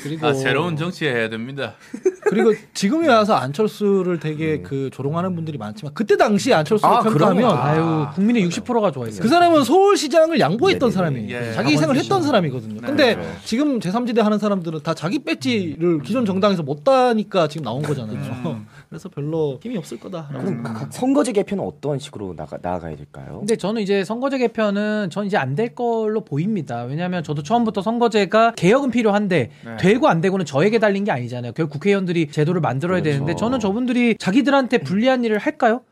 그리고 어. 아 새로운 정치 해야 됩니다. 그리고 지금에 와서 안철수를 되게 그 조롱하는 분들이 많지만 그때 당시 안철수를 아, 평가하면 그럼요. 아유 국민의 60%가 좋아했어요. 그 사람은 서울시장을 양보했던 사람이에요. 예, 자기 희생을 했던 사람이거든요. 근데 지금 제3지대 하는 사람들은 다 자기 배지를 기존 정당에서 못 따니까 지금 나온 거잖아요. 그래서 별로 힘이 없을 거다. 그럼 각- 선거제 개편은 어떤 식으로 나가, 나아가야 될까요? 음. 근데 저는 이제 선거제 개편은 전 이제 안 될 걸로 보입니다. 왜냐하면 저도 처음부터 선거제가 개혁은 필요한데 되고 안 되고는 저에게 달린 게 아니잖아요. 결국 국회의원들이 제도를 만들어야 되는데 저는 저분들이 자기들한테 불리한 일을 할까요?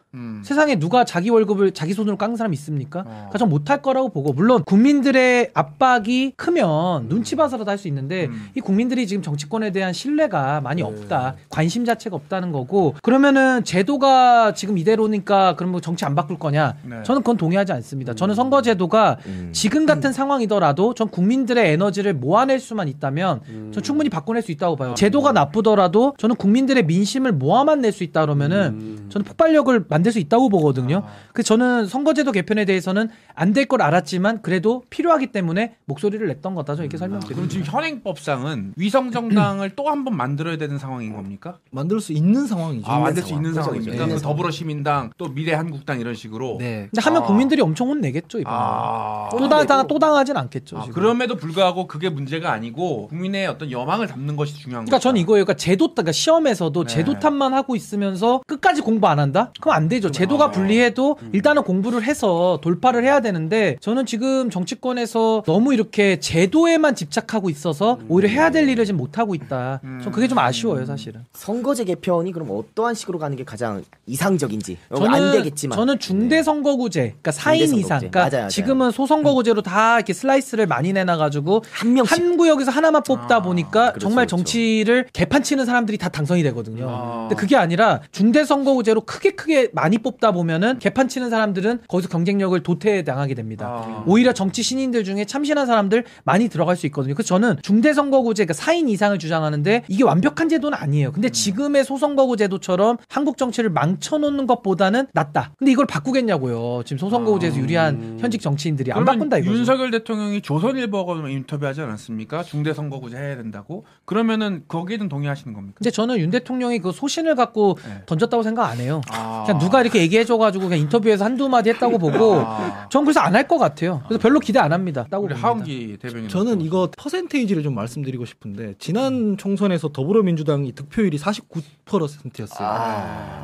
세상에 누가 자기 월급을 자기 손으로 깎는 사람 이 있습니까? 그러니까 전 못할 거라고 보고 물론 국민들의 압박이 크면 눈치 봐서라도 할 수 있는데 이 국민들이 지금 정치권에 대한 신뢰가 많이 없다 관심 자체가 없다는 거고 그러면은 제도가 지금 이대로니까 그럼 뭐 정치 안 바꿀 거냐? 저는 그건 동의하지 않습니다. 저는 선거제도가 지금 같은 상황이더라도 전 국민들의 에너지를 모아낼 수만 있다면 전 충분히 바꿔낼 수 있다고 봐요. 제도가 나쁘더라도 저는 국민들의 민심을 모아만 낼 수 있다 그러면은 음. 저는 폭발력을 만들 수 있다고 보거든요. 아. 그 저는 선거제도 개편에 대해서는 안 될 걸 알았지만 그래도 필요하기 때문에 목소리를 냈던 거다. 저 이렇게 네, 그럼 설명드립니다. 네. 지금 현행법상은 위성 정당을 또 한 번 만들어야 되는 상황인 겁니까? 만들 수 있는 상황이죠. 아, 만들 수 있는 상황입니까? 네. 그 더불어 시민당 또 미래한국당 이런 식으로. 네. 근데 하면 국민들이 엄청 혼내겠죠 이번에. 아. 또, 당, 당, 또 당하진 않겠죠. 아, 지금. 그럼에도 불구하고 그게 문제가 아니고 국민의 어떤 여망을 담는 것이 중요한 거죠. 그러니까 전 이거예요. 그러니까 제도 그러니까 시험에서도 제도 탓만 하고 있으면서 끝까지 공부 안 한다? 그럼 안 음. 되죠. 제도가 불리해도 일단은 공부를 해서 돌파를 해야 되는데 저는 지금 정치권에서 너무 이렇게 제도에만 집착하고 있어서 오히려 해야 될 일을 지금 못 하고 있다. 전 그게 좀 아쉬워요, 사실은. 선거제 개편이 그럼 어떠한 식으로 가는 게 가장 이상적인지 저는 어, 안 되겠지만 저는 중대 선거구제, 그러니까 4인 중대선거구제. 이상, 그러니까 맞아요, 맞아요. 지금은 소선거구제로 다 이렇게 슬라이스를 많이 내놔가지고 한 명씩. 한 구역에서 하나만 뽑다 아, 보니까 그렇죠, 정말 그렇죠. 정치를 개판치는 사람들이 다 당선이 되거든요. 아. 근데 그게 아니라 중대선거구제로 크게 크게 많이 뽑다 보면은 개판치는 사람들은 거기서 경쟁력을 도태 당하게 됩니다. 아. 오히려 정치 신인들 중에 참신한 사람들 많이 들어갈 수 있거든요. 그래서 저는 중대선거구제, 그러니까 4인 이상을 주장하는데 이게 완벽한 제도는 아니에요. 음. 근데 지금의 소선거구제도처럼 한국 정치를 망쳐놓는 것보다는 낫다. 근데 이걸 바꾸겠냐고요. 지금 소선거구제에서 유리한 현직 정치인들이 안 아. 그러면 바꾼다 이거죠. 윤석열 대통령이 조선일보하고 인터뷰하지 않았습니까? 중대선거구제 해야 된다고. 그러면은 거기에는 동의하시는 겁니까? 근데 저는 윤 대통령이 그 소신을 갖고 던졌다고 생각 안 해요. 네. 아. 그냥 누가 이렇게 얘기해줘가지고 그냥 인터뷰에서 한두 마디 했다고 보고 전 그래서 안 할 것 같아요. 그래서 별로 기대 안 합니다. 따고 아. 우리 봅니다. 하은기 대변인. 저는 이거 퍼센테이지를 좀 말씀드리고 싶은데 음. 지난 총선에서 더불어민주당이 득표율이 49%였어요. 아.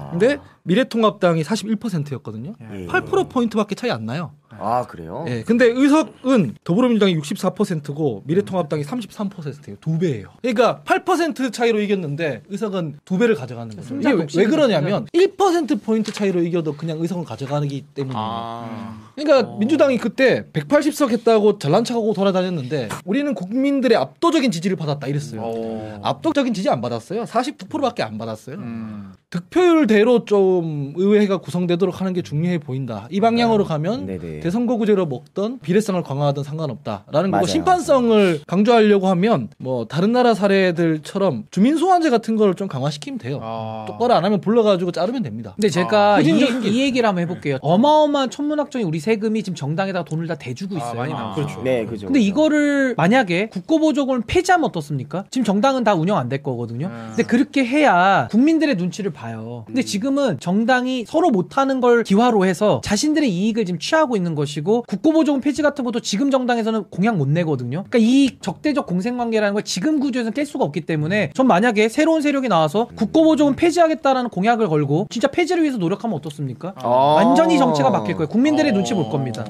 아. 근데 미래통합당이 41%였거든요. 예. 8% 포인트밖에 차이 안 나요. 아 그래요? 네. 예. 근데 의석은 더불어민주당이 64%고 미래통합당이 33%예요. 두 배예요. 그러니까 8% 차이로 이겼는데 의석은 두 배를 가져가는 거죠. 이게 왜, 왜 그러냐면 1% 포인트 차이로 이겨도 그냥 의석을 가져가기 음. 때문이에요. 아. 그러니까 어. 민주당이 그때 180석 했다고 잘난 척하고 돌아다녔는데 우리는 국민들의 압도적인 지지를 받았다 이랬어요. 음. 압도적인 지지 안 받았어요. 49%밖에 안 받았어요. 음. 음. 득표율대로 좀 의회가 구성되도록 하는 게 중요해 보인다. 이 방향으로 가면 네네. 대선거구제로 먹던 비례성을 강화하던 상관없다라는 거고 맞아요. 심판성을 강조하려고 하면 뭐 다른 나라 사례들처럼 주민소환제 같은 걸 좀 강화시키면 돼요. 아. 아. 똑바로 안 하면 불러가지고 자르면 됩니다. 근데 제가 이, 후진적인 게 이 얘기를 한번 네. 해볼게요. 어마어마한 천문학적인 우리 세금이 지금 정당에다가 돈을 다 대주고 있어요. 많이 나와. 그렇죠. 네 그죠. 근데 그죠. 이거를 만약에 국고보조금을 폐지하면 어떻습니까? 지금 정당은 다 운영 안 될 거거든요. 음. 근데 그렇게 해야 국민들의 눈치를 봐요. 근데 지금은 정당이 서로 못하는 걸 기화로 해서 자신들의 이익을 지금 취하고 있는 것이고 국고보조금 폐지 같은 것도 지금 정당에서는 공약 못 내거든요. 그러니까 이 적대적 공생관계라는 걸 지금 구조에서는 깰 수가 없기 음. 때문에 전 만약에 새로운 세력이 나와서 국고보조금 폐지하겠다라는 공약을 걸고 진짜 폐지를 위해서 노력하면 어떻습니까? 아. 완전히 정체가 바뀔 거예요. 국민들의 눈치 볼 겁니다.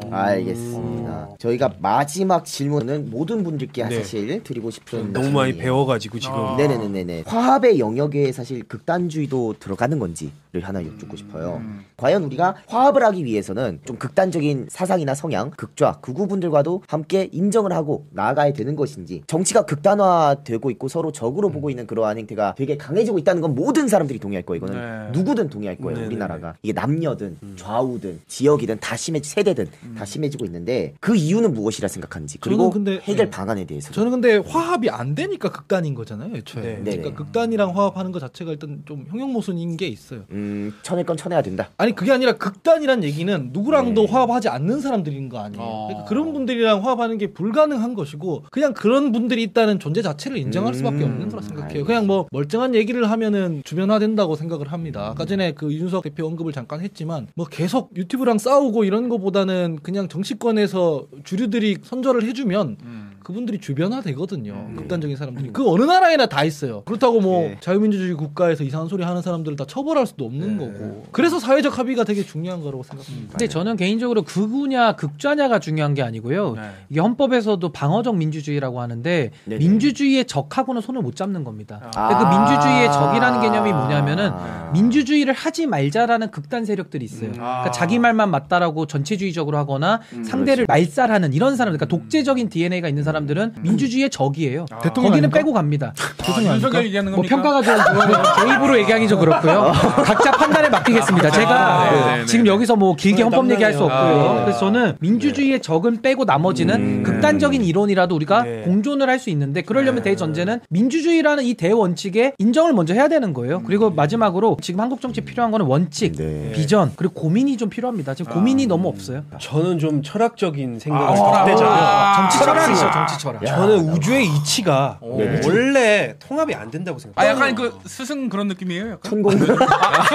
알겠습니다. 저희가 마지막 질문은 모든 분들께 사실 드리고 싶은 너무 많이 질문이에요. 배워가지고 지금 아. 아. 네네네네네. 화합의 영역에 사실 극단주의도 들어가는 건지를 하나 여쭙고 싶어요. 음. 과연 우리가 화합을 하기 위해서는 좀 극단적인 사상이나 성향, 극좌, 극우분들과도 함께 인정을 하고 나아가야 되는 것인지 정치가 극단화되고 있고 서로 적으로 음. 보고 있는 그러한 행태가 되게 강해지고 있다는 건 모든 사람들이 동의할 거예요. 이거는 네. 누구든 동의할 거예요. 우리나라가 이게 남녀든 음. 좌우든 지역이든 다 심해 세대든 다 심해지고 있는데 그 이유는 무엇이라 생각하는지 그리고 저는 근데- 해결 네. 방안에 대해서 저는 근데 화합이 안 되니까 극단인 거잖아요, 애초에. 네. 네네. 그러니까 극단이랑 화합하는 것 자체가 일단 좀 형용 모순인 게 있어요. 음 쳐낼 건 쳐내야 된다. 아니 그게 아니라 극단이란 얘기는 누구랑도 네. 화합하지 않는 사람들인 거 아니에요. 그러니까 그런 분들이랑 화합하는 게 불가능한 것이고 그냥 그런 분들이 있다는 존재 자체를 인정할 수밖에 없는 거라 생각해요. 그냥 뭐 멀쩡한 얘기를 하면은 주변화된다고 생각을 합니다. 아까 전에 그 윤석 대표 언급을 잠깐 했지만 뭐 계속 유튜브랑 싸우고 이런 거보다는 그냥 정치권에서 주류들이 선전을 해주면 그분들이 주변화되거든요. 극단적인 사람들이 그 어느 나라에나 다 있어요. 그렇다고 뭐 예. 자유민주주의 국가에서 이상한 소리 하는 사람들을 다 처벌할 수도 없는 거고. 그래서 사회적 합의가 되게 중요한 거라고 생각합니다. 근데 저는 개인적으로 극우냐 극좌냐가 중요한 게 아니고요. 네. 이게 헌법에서도 방어적 민주주의라고 네. 하는데 네네. 민주주의의 적하고는 손을 못 잡는 겁니다. 아. 근데 그 민주주의의 적이라는 개념이 뭐냐면은 아. 민주주의를 하지 말자라는 극단 세력들이 있어요. 음. 그러니까 아. 자기 말만 맞다라고 전체주의적으로 하거나 그렇죠. 상대를 말살하는 이런 사람들, 음. 그러니까 독재적인 DNA가 있는 사람들은 민주주의의 적이에요. 거기는 대통령 아닙니까? 빼고 갑니다. 죄송해요. 윤석열 얘기하는 뭐 겁니까? 평가가 좀 그거는 제 입으로 얘기하기 좀 그렇고요. 각자 판단에 맡기겠습니다. 네, 제가 네, 네. 지금 여기서 뭐 길게 헌법 남자네요. 얘기할 수 없고요. 아. 그래서 저는 민주주의의 적은 빼고 나머지는 극단적인 이론이라도 우리가 네. 공존을 할 수 있는데 그러려면 대전제는 민주주의라는 이 대원칙에 인정을 먼저 해야 되는 거예요. 그리고 마지막으로 지금 한국 정치 에 필요한 거는 원칙, 네. 비전 그리고 고민이 좀 필요합니다. 지금 고민이 너무 없어요. 저는 좀 철학적인 생각을 철학. 갖고 있어요. 정치 철학이죠, 정치 철학. 저는 우주의 이치가 네. 원래 통합이 안 된다고 아 생각해요. 약간 그 스승 그런 느낌이에요. 약간? 천공 아,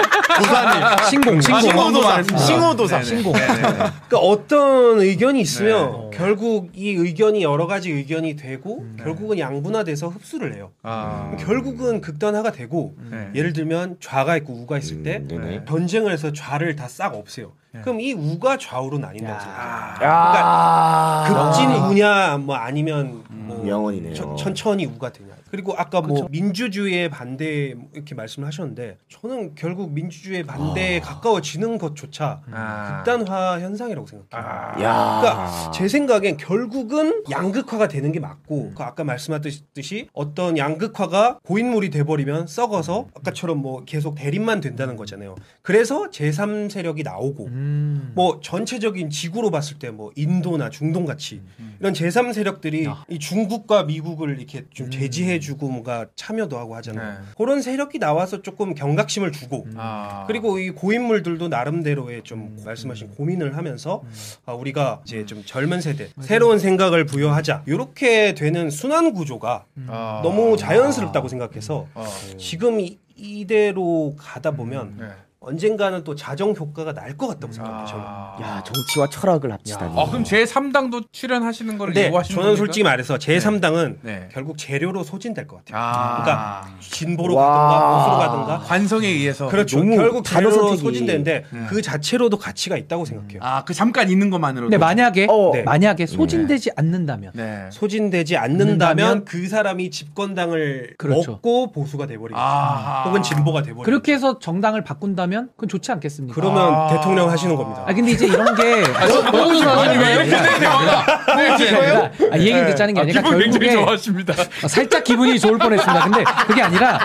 신공, 아, 신공. 신호도사. 신호도사. 신공. 그러니까 어떤 의견이 있으면 결국 이 의견이 여러 가지 의견이 되고 결국은 양분화돼서 흡수를 해요. 아. 결국은 극단화가 되고 네. 예를 들면 좌가 있고 우가 음, 있을 때 네네. 전쟁을 해서 좌를 다 싹 없애요. 그럼 이 우가 좌우로 나뉜다고 생각해요. 야. 급진 우냐 뭐 아니면 음. 뭐 아. 명언이네요. 천- 천천히 우가 되냐. 그리고 아까 뭐 민주주의의 반대 뭐 이렇게 말씀을 하셨는데 저는 결국 민주주의의 반대에 가까워지는 것조차 아. 극단화 현상이라고 생각해요. 야. 그러니까 제 생각엔 결국은 양극화가 되는 게 맞고 그 아까 말씀하셨듯이 어떤 양극화가 고인물이 돼버리면 썩어서 아까처럼 뭐 계속 대립만 된다는 거잖아요. 그래서 제3세력이 나오고 뭐 전체적인 지구로 봤을 때 뭐 인도나 중동 같이 이런 제3세력들이 이 중국과 미국을 이렇게 좀 제지해주고 뭔가 참여도 하고 하잖아요. 네. 그런 세력이 나와서 조금 경각심을 주고 아. 음. 그리고 이 고인물들도 나름대로의 좀 말씀하신 고민을 하면서 아, 우리가 이제 좀 젊은 세대 새로운 생각을 부여하자 이렇게 되는 순환 구조가 아. 너무 자연스럽다고 생각해서 어. 지금 이, 이대로 가다 보면 네. 언젠가는 또 자정 효과가 날 것 같다고 생각해요. 저는. 아. 야 정치와 철학을 합치다니. 아, 그럼 제 3당도 출연하시는 거를 근데 요구하시는 네, 저는 겁니까? 솔직히 말해서 제 3당은 네. 결국 재료로 소진될 것 같아요. 아. 그러니까 진보로 와. 가든가 보수로 가든가 관성에 의해서 그렇죠. 너무 결국 단어 재료로 선택이- 소진되는데 네. 그 자체로도 가치가 있다고 생각해요. 아, 그 잠깐 있는 것만으로도 근데 만약에 어. 네. 만약에 소진되지 않는다면 네. 소진되지 않는다면 그 사람이 집권당을 그렇죠. 먹고 보수가 돼버리겠죠. 아. 혹은 진보가 돼버리겠죠. 그렇게 해서 정당을 바꾼다면 그건 좋지 않겠습니까? 네. 그러면 대통령 하시는 겁니다. 아 근데 이제 이런 게 아니 왜 네, 이렇게 네, 내 대화가? 네, 네. 아, 이 얘기를 듣자는 게 아, 아니라 기분 굉장히 결국에 좋아하십니다. 어, 살짝 기분이 좋을 뻔했습니다. 근데 그게 아니라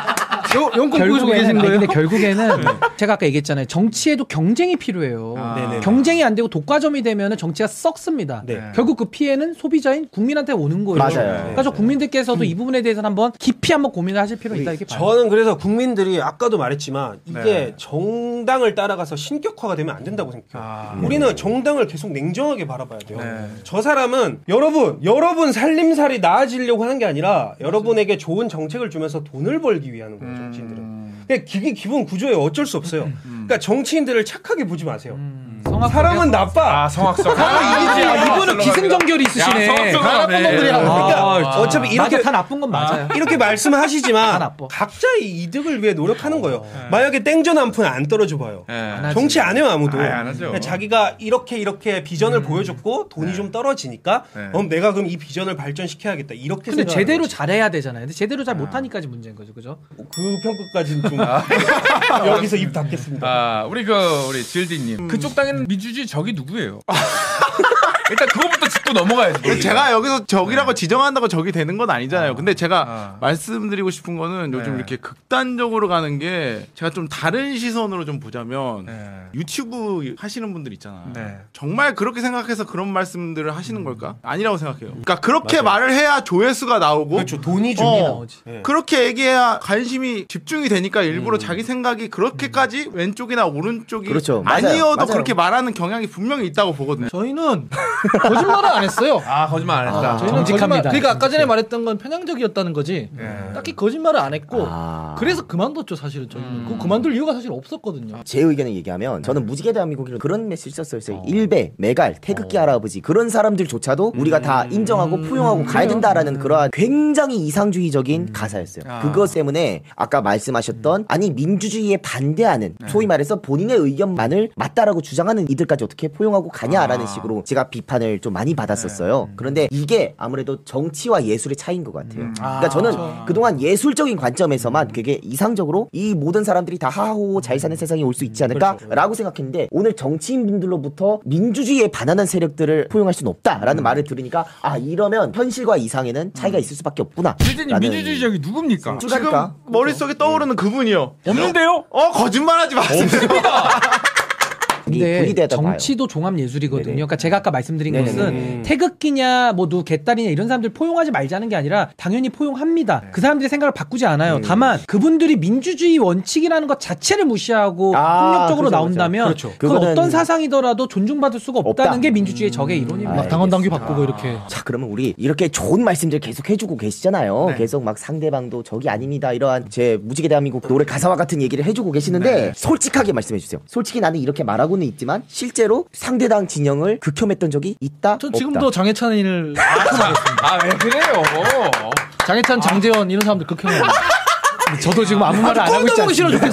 용건 어, 보여주고 계신 결국에는 아니, 거예요? 근데 결국에는 제가 아까 얘기했잖아요. 정치에도 경쟁이 필요해요. 네네. 경쟁이 안 되고 독과점이 되면 정치가 썩습니다. 네. 결국 그 피해는 소비자인 국민한테 오는 거예요. 맞아요. 그래서 국민들께서도 이 부분에 대해서는 한번 깊이 한번 고민을 하실 필요가 있다 이렇게 봐요. 저는 그래서 국민들이 아까도 말했지만 이게 정당을 따라가서 신격화가 되면 안 된다고 생각해요. 우리는 정당을 계속 냉정하게 바라봐야 돼요. 저 사람은 여러분, 여러분 살림살이 나아지려고 하는 게 아니라 여러분에게 좋은 정책을 주면서 돈을 벌기 위해 하는 거예요, 정치인들은. 근데 그게 기본 구조예요. 어쩔 수 없어요. 그러니까 정치인들을 착하게 보지 마세요. 성악 사람은 나빠. 아, 아, 성악성. 아, 이분은 기승전결이 있으시네. 아, 그러니까 어차피 이렇게 이렇게 다 나쁜 건 맞아요. 이렇게 다 말씀하시지만 나빠. 각자의 이득을 위해 노력하는 거예요. 만약에 땡전 한 푼 안 떨어져 봐요. 네. 네. 하지. 정치 안 해요 아무도. 아예 안 하죠. 그냥 자기가 이렇게 이렇게 비전을 보여줬고 돈이 좀 떨어지니까 그럼 내가 그럼 이 비전을 발전시켜야겠다 이렇게. 근데 생각하는 제대로 거지. 잘해야 되잖아요. 근데 제대로 잘 못하니까지 문제인 거죠, 그죠? 그 평가까지는 좀 여기서 입 닫겠습니다. 아, 우리 그 우리 질디님 그쪽 당에는 민주주의 적이 누구예요? 일단 그거부터 짚고 넘어가야지. 예. 근데 제가 여기서 적이라고 지정한다고 적이 되는 건 아니잖아요. 근데 제가 말씀드리고 싶은 거는 요즘 네. 이렇게 극단적으로 가는 게 제가 좀 다른 시선으로 좀 보자면 네. 유튜브 하시는 분들 있잖아요. 네. 정말 그렇게 생각해서 그런 말씀들을 하시는 걸까? 아니라고 생각해요. 그러니까 그렇게 말을 해야 조회수가 나오고 그렇죠. 돈이 좀 어. 나오지. 네. 그렇게 얘기해야 관심이 집중이 되니까 일부러 자기 생각이 그렇게까지 왼쪽이나 오른쪽이 그렇죠. 맞아요. 아니어도 맞아요. 그렇게 말하는 경향이 분명히 있다고 보거든요. 저희는 거짓말을 안 했어요. 아 거짓말 안 했다. 저희는 정직합니다. 거짓말- 그러니까 아까 전에 말했던 건 편향적이었다는 거지. 딱히 거짓말을 안 했고 아. 그래서 그만뒀죠 사실은 저희는. 그 그만둘 이유가 사실 없었거든요. 아, 제 의견을 얘기하면 저는 무지개 대한민국이라는 그런 메시지 썼어요. 일베, 메갈, 태극기 할아버지 그런 사람들조차도 우리가 다 인정하고 포용하고 가야 된다라는 그러한 굉장히 이상주의적인 가사였어요. 그것 때문에 아까 말씀하셨던 아니 민주주의에 반대하는 소위 말해서 본인의 의견만을 맞다라고 주장하는 이들까지 어떻게 포용하고 가냐라는 식으로 제가 비판을 좀 많이 받았었어요. 그런데 이게 아무래도 정치와 예술의 차이인 것 같아요. 그러니까 저는 그동안 예술적인 관점에서만 그게 이상적으로 이 모든 사람들이 다 하하호호 잘 사는 세상이 올 수 있지 않을까라고 생각했는데 오늘 정치인분들로부터 민주주의에 반하는 세력들을 포용할 수는 없다라는 말을 들으니까 아 이러면 현실과 이상에는 차이가 있을 수밖에 없구나. 실제님 민주주의적이 누굽니까? 지금 머릿속에 떠오르는 예. 그분이요. 없는데요? 어 거짓말하지 마세요. 네, 근데 정치도 종합 예술이거든요. 그러니까 제가 아까 말씀드린 음. 것은 태극기냐 뭐 누 개딸이냐 이런 사람들 포용하지 말자는 게 아니라 당연히 포용합니다. 네. 그 사람들의 생각을 바꾸지 음. 않아요. 다만 그분들이 민주주의 원칙이라는 것 자체를 무시하고 아, 폭력적으로 그렇죠, 나온다면 그렇죠. 그건 그거는- 어떤 사상이더라도 존중받을 수가 없다는 없다. 음. 아, 게 민주주의의 적의 이론입니다. 막 당원 당규 바꾸고 이렇게 자 그러면 우리 이렇게 좋은 말씀들 계속 해주고 계시잖아요 계속 막 상대방도 적이 아닙니다 이러한 제 무지개 대한민국 노래 가사와 같은 얘기를 해주고 계시는데 솔직하게 말씀해주세요 솔직히 나는 이렇게 말하고는 있지만 실제로 상대당 진영을 극혐했던 적이 있다 전 없다 지금도 장해찬을 아왜 그래요? 어. 장해찬, 장재원 이런 사람들 극혐해요. 저도 지금 아무 말을 안 하고 꼴도 기 싫어 좋겠어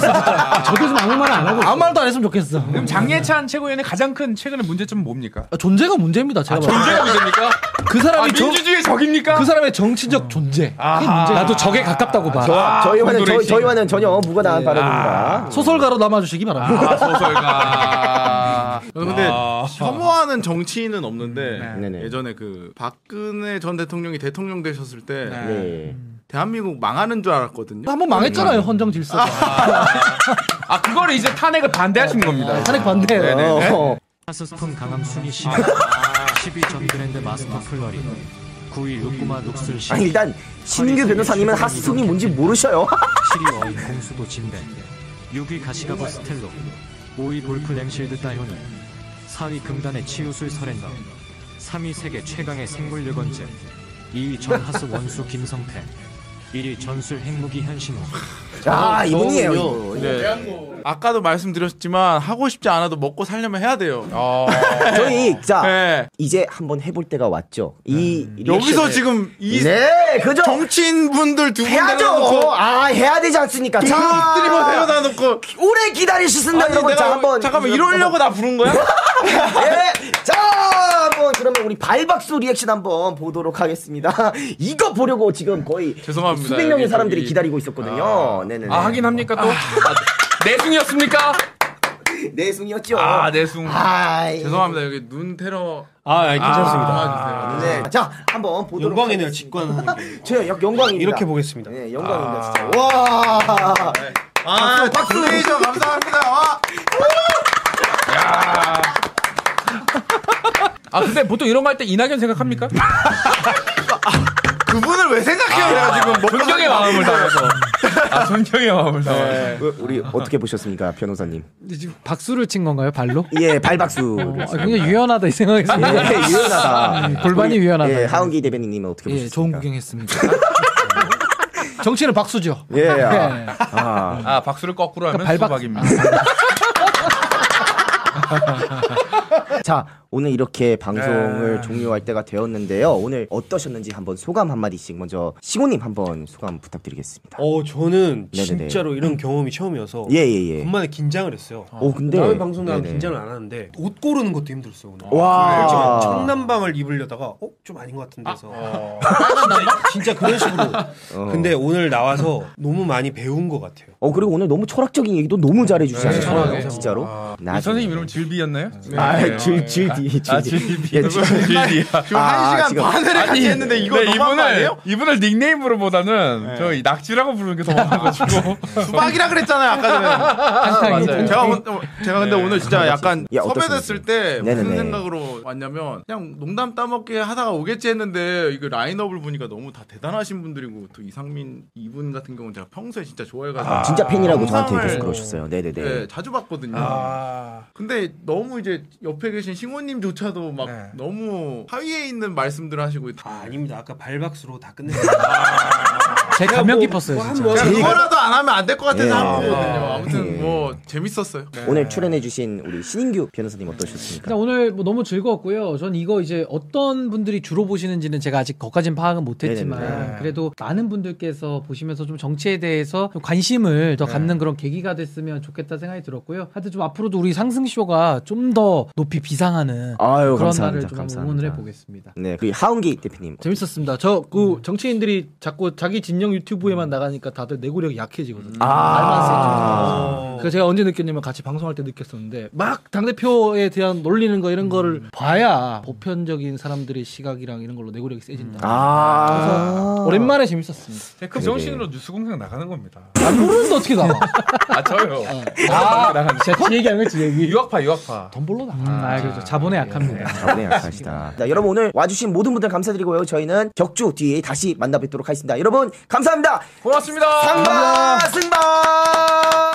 진짜. 저도 지금 아무 말을 안 하고 아무 말도 안 했으면 좋겠어. 그럼 장예찬 최고위원의 가장 큰 최근의 문제점은 뭡니까? 아, 존재가 문제입니다. 제가 봤을 때. 문제가 문제입니까? 그 아 사람이 저- 민주주의 적입니까? 그 사람의 정치적 존재. 그게 문제예요. 나도 적에 가깝다고 봐. 아, 저희와는 콘도레이싱. 저희, 와는 전혀 무관한 발언입니다 소설가로 남아주시기 바랍니다. 아 소설가. 근데 아. 혐오하는 정치인은 없는데 어, 음, 네네. 예전에 그 박근혜 전 대통령이 대통령 되셨을 때 네. 대한민국 망하는 줄 알았거든요. 한번 망했잖아요 헌정 질서가. 아 그걸 이제 아, 탄핵을 반대하신 겁니다. 아, 탄핵 반대. 네. 어, 하스품 강함 순위 10, 12 전그랜드 마스터 플러리, 9위 루꾸마 녹슬 10, 아니 일단 신인규 변호사님은 하수성이 뭔지 모르셔요 7위 어인 공수도 진배, 6위 가시가버 스텔로, 5위 골프 램실드 다이오니, 4위 금단의 치유술 서렌더, 3위 세계 최강의 생물 유건제, 2위 전하스 원수 김성태, 1위 전술 핵무기 현신호, 아 이분이에요 이분. 네. 아까도 말씀드렸지만 하고 싶지 않아도 먹고 살려면 해야 돼요. 아. 저희 자 네. 이제 한번 해볼 때가 왔죠 이 여기서 리액션을- 지금 이 네 그죠 정치인분들 두 분 해야죠. 내려놓고 그 아 해야 되지 않습니까? 자, 스트리머 세워다 놓고 오래 기다리셨습니다, 아니 여러분. 내가 자 한번 잠깐만 이러려고 뭐. 나 부른 거야? 예. 자 한번 그러면 우리 발박수 리액션 한번 보도록 하겠습니다. 이거 보려고 지금 거의 죄송합니다. 수백 명의 여기, 사람들이 저기. 기다리고 있었거든요. 네네. 아 하긴 합니까 또? 아, 내숭이었습니까? 내숭이었죠. 아 내숭. 아이. 죄송합니다. 여기 눈 테러 아, 괜찮습니다. 네. 자 한번 보도록. 영광이네요, 하겠습니다. 직관하는 게. 저 역- 영광입니다. 이렇게 보겠습니다. 네, 영광입니다, 진짜. 와. 아, 박수레이저 감사합니다. 와. 아 근데 보통 이런 거 할 때 이낙연 생각합니까? 그분을 왜 생각해요? 아. 내가 지금 먹고 존경의 마음을 뭐, 담아서. 네. 아 존경의 마음을 담아서. 우리 어떻게 보셨습니까, 변호사님? 지금 박수를 친 건가요 발로? 예, 발박수. 아, 굉장히 유연하다 이 생각이 예, 유연하다. 음, 골반이 유연하다. 예, 하은기 대변인님은 어떻게 예, 보셨습니까? 좋은 구경했습니다. 정치는 박수죠. 예. 아. 예. 아. 아 박수를 거꾸로 하면 발박- 수박입니다. 자, 오늘 이렇게 방송을 종료할 때가 되었는데요. 오늘 어떠셨는지 한번 소감 한마디씩 먼저 시고님 한번 소감 부탁드리겠습니다. 어, 저는 네, 네네네. 진짜로 이런 경험이 처음이어서 예, 예, 예. 간만에 긴장을 했어요. 오, 근데 남의 방송 나가면 네네. 긴장을 안 하는데 옷 고르는 것도 힘들었어 오늘. 와. 그래서 청남방을 입으려다가 어? 좀 아닌 것 같은데 해서 진짜 그런 식으로 근데 오늘 나와서 너무 많이 배운 것 같아요 어, 그리고 오늘 너무 철학적인 얘기도 너무 잘해 주시지 않으셨나요? 진짜로? 이 나중에. 아, 선생님 이름 질비였나요? 아, 질, 질디, 네. 아 질디. 질비. 예, 질디. 질비야. 지금 아, 한 시간 지금. 반을 같이 했는데 이거 네, 너무한 거 아니에요? 이분을 이분을 닉네임으로보다는 저이 낙지라고 부르는 게 더 많아가지고 수박이라 그랬잖아요 아까 전에. 제가 오늘- 제가 근데 오늘 진짜 약간 아, 야, 섭외됐을 때 무슨 네네네. 생각으로 왔냐면 그냥 농담 따먹게 하다가 오겠지 했는데 이거 라인업을 보니까 너무 다 대단하신 분들이고 또 이상민 이분 같은 경우는 제가 평소에 진짜 좋아해가지고 진짜 팬이라고 저한테 영상을 계속 그러셨어요. 네, 네, 네, 아. 네. 자주 봤거든요. 근데 너무 이제 옆에 옆에 계신 싱호님조차도 막 네. 너무 하위에 있는 말씀들 하시고 아, 아닙니다. 아까 발박수로 다 끝냈어요. 제뭐 감명 뭐 깊었어요 진짜. 제가 그러니까 그거라도 안 하면 안 될 것 같은 예. 사람이거든요. 아무튼 예. 뭐 재밌었어요. 오늘 출연해주신 우리 신인규 변호사님 어떠셨습니까? 일단 오늘 뭐 너무 즐거웠고요. 전 이거 이제 어떤 분들이 주로 보시는지는 제가 아직 거기까지는 파악은 못했지만 네네네. 그래도 많은 분들께서 보시면서 좀 정치에 대해서 좀 관심을 네. 더 갖는 그런 계기가 됐으면 좋겠다 생각이 들었고요. 하여튼 좀 앞으로도 우리 상승쇼가 좀 더 높이 비상하는 아유 그런 감사합니다. 날을 좀 한번 감사합니다. 응원을 해보겠습니다. 네, 그 하은기 대표님. 재밌었습니다. 저 음. 그 정치인들이 자꾸 자기 진영 유튜브에만 나가니까 다들 내구력이 약해지거든요. 아, 그 제가 언제 느꼈냐면 같이 방송할 때 느꼈었는데 막 당대표에 대한 놀리는 거 음. 이런 거를 봐야 보편적인 사람들의 시각이랑 이런 걸로 내구력이 세진다. 아, 오랜만에 재밌었습니다. 그 정신으로 뉴스공장 나가는 겁니다. 아, 모르는데 어떻게 나와? 아 저요. 아, 제가 제 얘기한 거지 얘기. 유학파 유학파. 덤블로 나가. 음, 아, 그렇죠. 예, 자본에 약합니다. 자본의 약하시다. 자, 여러분 오늘 와주신 모든 분들 감사드리고요. 저희는 격주 뒤에 다시 만나뵙도록 하겠습니다. 여러분 감사합니다. 고맙습니다. 상바 승바.